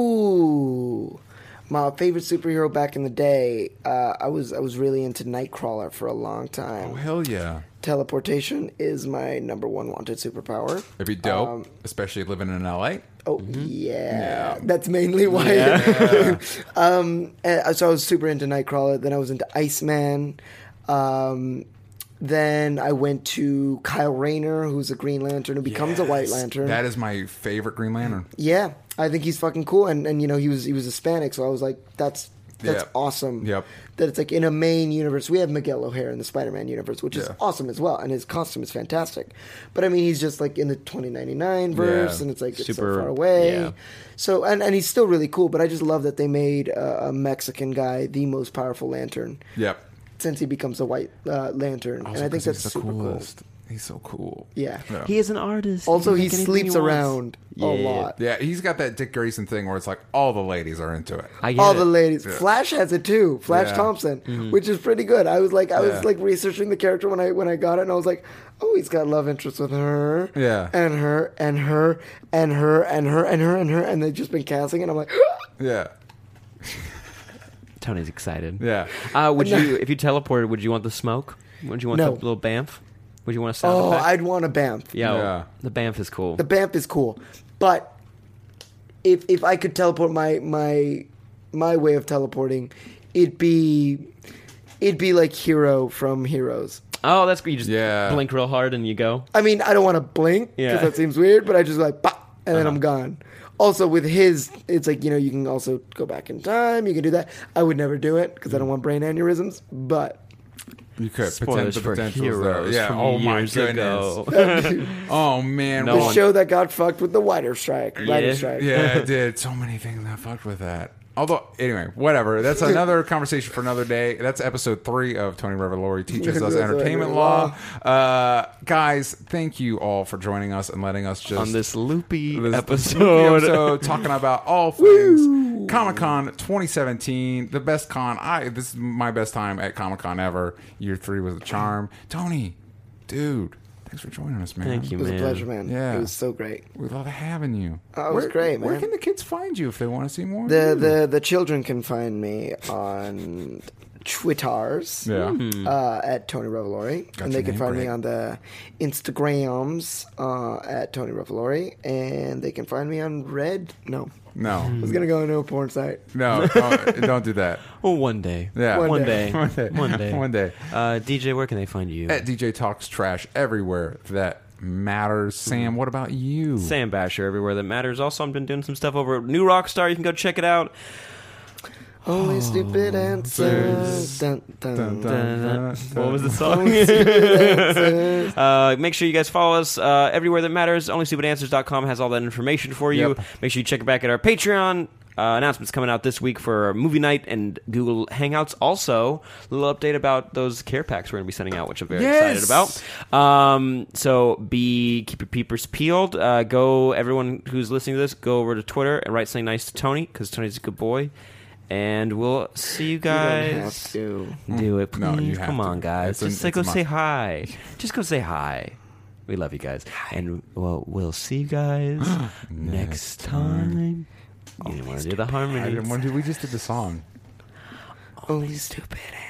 Ooh, my favorite superhero back in the day. Uh, I was I was really into Nightcrawler for a long time. Oh, hell yeah. Teleportation is my number one wanted superpower. It'd be dope, Um, especially living in LA. Oh yeah. that's mainly why. [laughs] um, and so I was super into Nightcrawler. Then I was into Iceman. Um, then I went to Kyle Rayner, who's a Green Lantern who becomes a White Lantern. That is my favorite Green Lantern. yeah, I think he's fucking cool. And and you know he was he was Hispanic, so I was like, that's that's Yeah. awesome. Yep. That it's like in a main universe. We have Miguel O'Hare in the Spider-Man universe, which is Yeah. awesome as well, and his costume is fantastic. But I mean, he's just like in the 2099 verse, Yeah. and it's like it's Super- so far away. yeah. So and and he's still really cool. But I just love that they made a, a Mexican guy the most powerful Lantern Yep. since he becomes a White uh, Lantern, and I think that's super cool. He's so cool. Yeah. Yeah. He is an artist. Also, can he make anything sleeps wants. around Yeah. a lot. Yeah, he's got that Dick Grayson thing where it's like all the ladies are into it. I get all it. the ladies. Flash has it too. Flash Yeah. Thompson, which is pretty good. I was like, I was Yeah. like researching the character when I when I got it, and I was like, oh, he's got love interest with her, Yeah. and her, and her, and her, and her, and her, and her, and they've just been casting, and I'm like, yeah. Tony's excited. Yeah. Uh, would you, if you teleported, would you want the smoke? Would you want No. the little bamf? Would you want a [gasps] sound [laughs] Oh, effect? I'd want a Banff. Yo, Yeah. the bamf is cool. The Banff is cool, but if if I could teleport my my my way of teleporting, it'd be it'd be like Hero from Heroes. oh, that's good. You just Yeah. blink real hard and you go. I mean, I don't want to blink because Yeah. that seems weird, but I just like, bah, and Uh-huh. then I'm gone. Also, with his, it's like, you know, you can also go back in time. You can do that. I would never do it because I don't Mm. want brain aneurysms, but You could Spoilers potential for potential's there. heroes Yeah. from oh my years goodness. ago. Oh man. No the one- show that got fucked with the wider strike. Lighter Yeah. strike. yeah, it did. So many things that fucked with that. Although, anyway, whatever. That's another conversation for another day. That's episode three of Tony Revolori Teaches Us Entertainment Law. Uh, guys, thank you all for joining us and letting us just [laughs] on this loopy this episode. episode talking about all things Comic Con 2017, the best con. I this is my best time at Comic Con ever. Year three was a charm. Tony, dude, thanks for joining us, man. Thank you, It was man. a pleasure, man. Yeah. It was so great. We love having you. Oh, it was great, Where man. can the kids find you if they want to see more? of The, you? the, the children can find me on Twitters. Yeah. Hmm. Mm. uh, at Tony Revolori, Got and they your can name find me right. on the Instagrams uh, at Tony Revolori, and they can find me on Red. No, I No, Hmm. was gonna go into a porn site. [laughs] no, don't, don't do that. Oh, one day. Yeah. One, One [laughs] day. One day. One day. One day. Uh, DJ, where can they find you? At DJ Talks Trash everywhere that matters. Sam, what about you? Hmm. Sam Basher everywhere that matters. Also, I've been doing some stuff over at New Rockstar. You can go check it out. Only stupid answers. Dun, dun, Oh. dun. Dun, dun, dun, What dun. was the song? [laughs] uh, make sure you guys follow us uh, everywhere that matters. OnlyStupidAnswers.com has all that information for you. Yep. Make sure you check back at our Patreon. Uh, announcements coming out this week for our movie night and Google Hangouts. Also, a little update about those care packs we're going to be sending out, which I'm very Yes! excited about. Um, so be keep your peepers peeled. Uh, go everyone who's listening to this, go over to Twitter and write something nice to Tony because Tony's a good boy. And we'll see you guys. You don't have to. Do it, please. No, you have Come to. on, guys. It's an- Just say, it's go a must. say hi. Just go say hi. We love you guys. And well, we'll see [gasps] you guys next time. You didn't want to do the I harmony. didn't want to. We just did the song. Only stupid answers. Oh.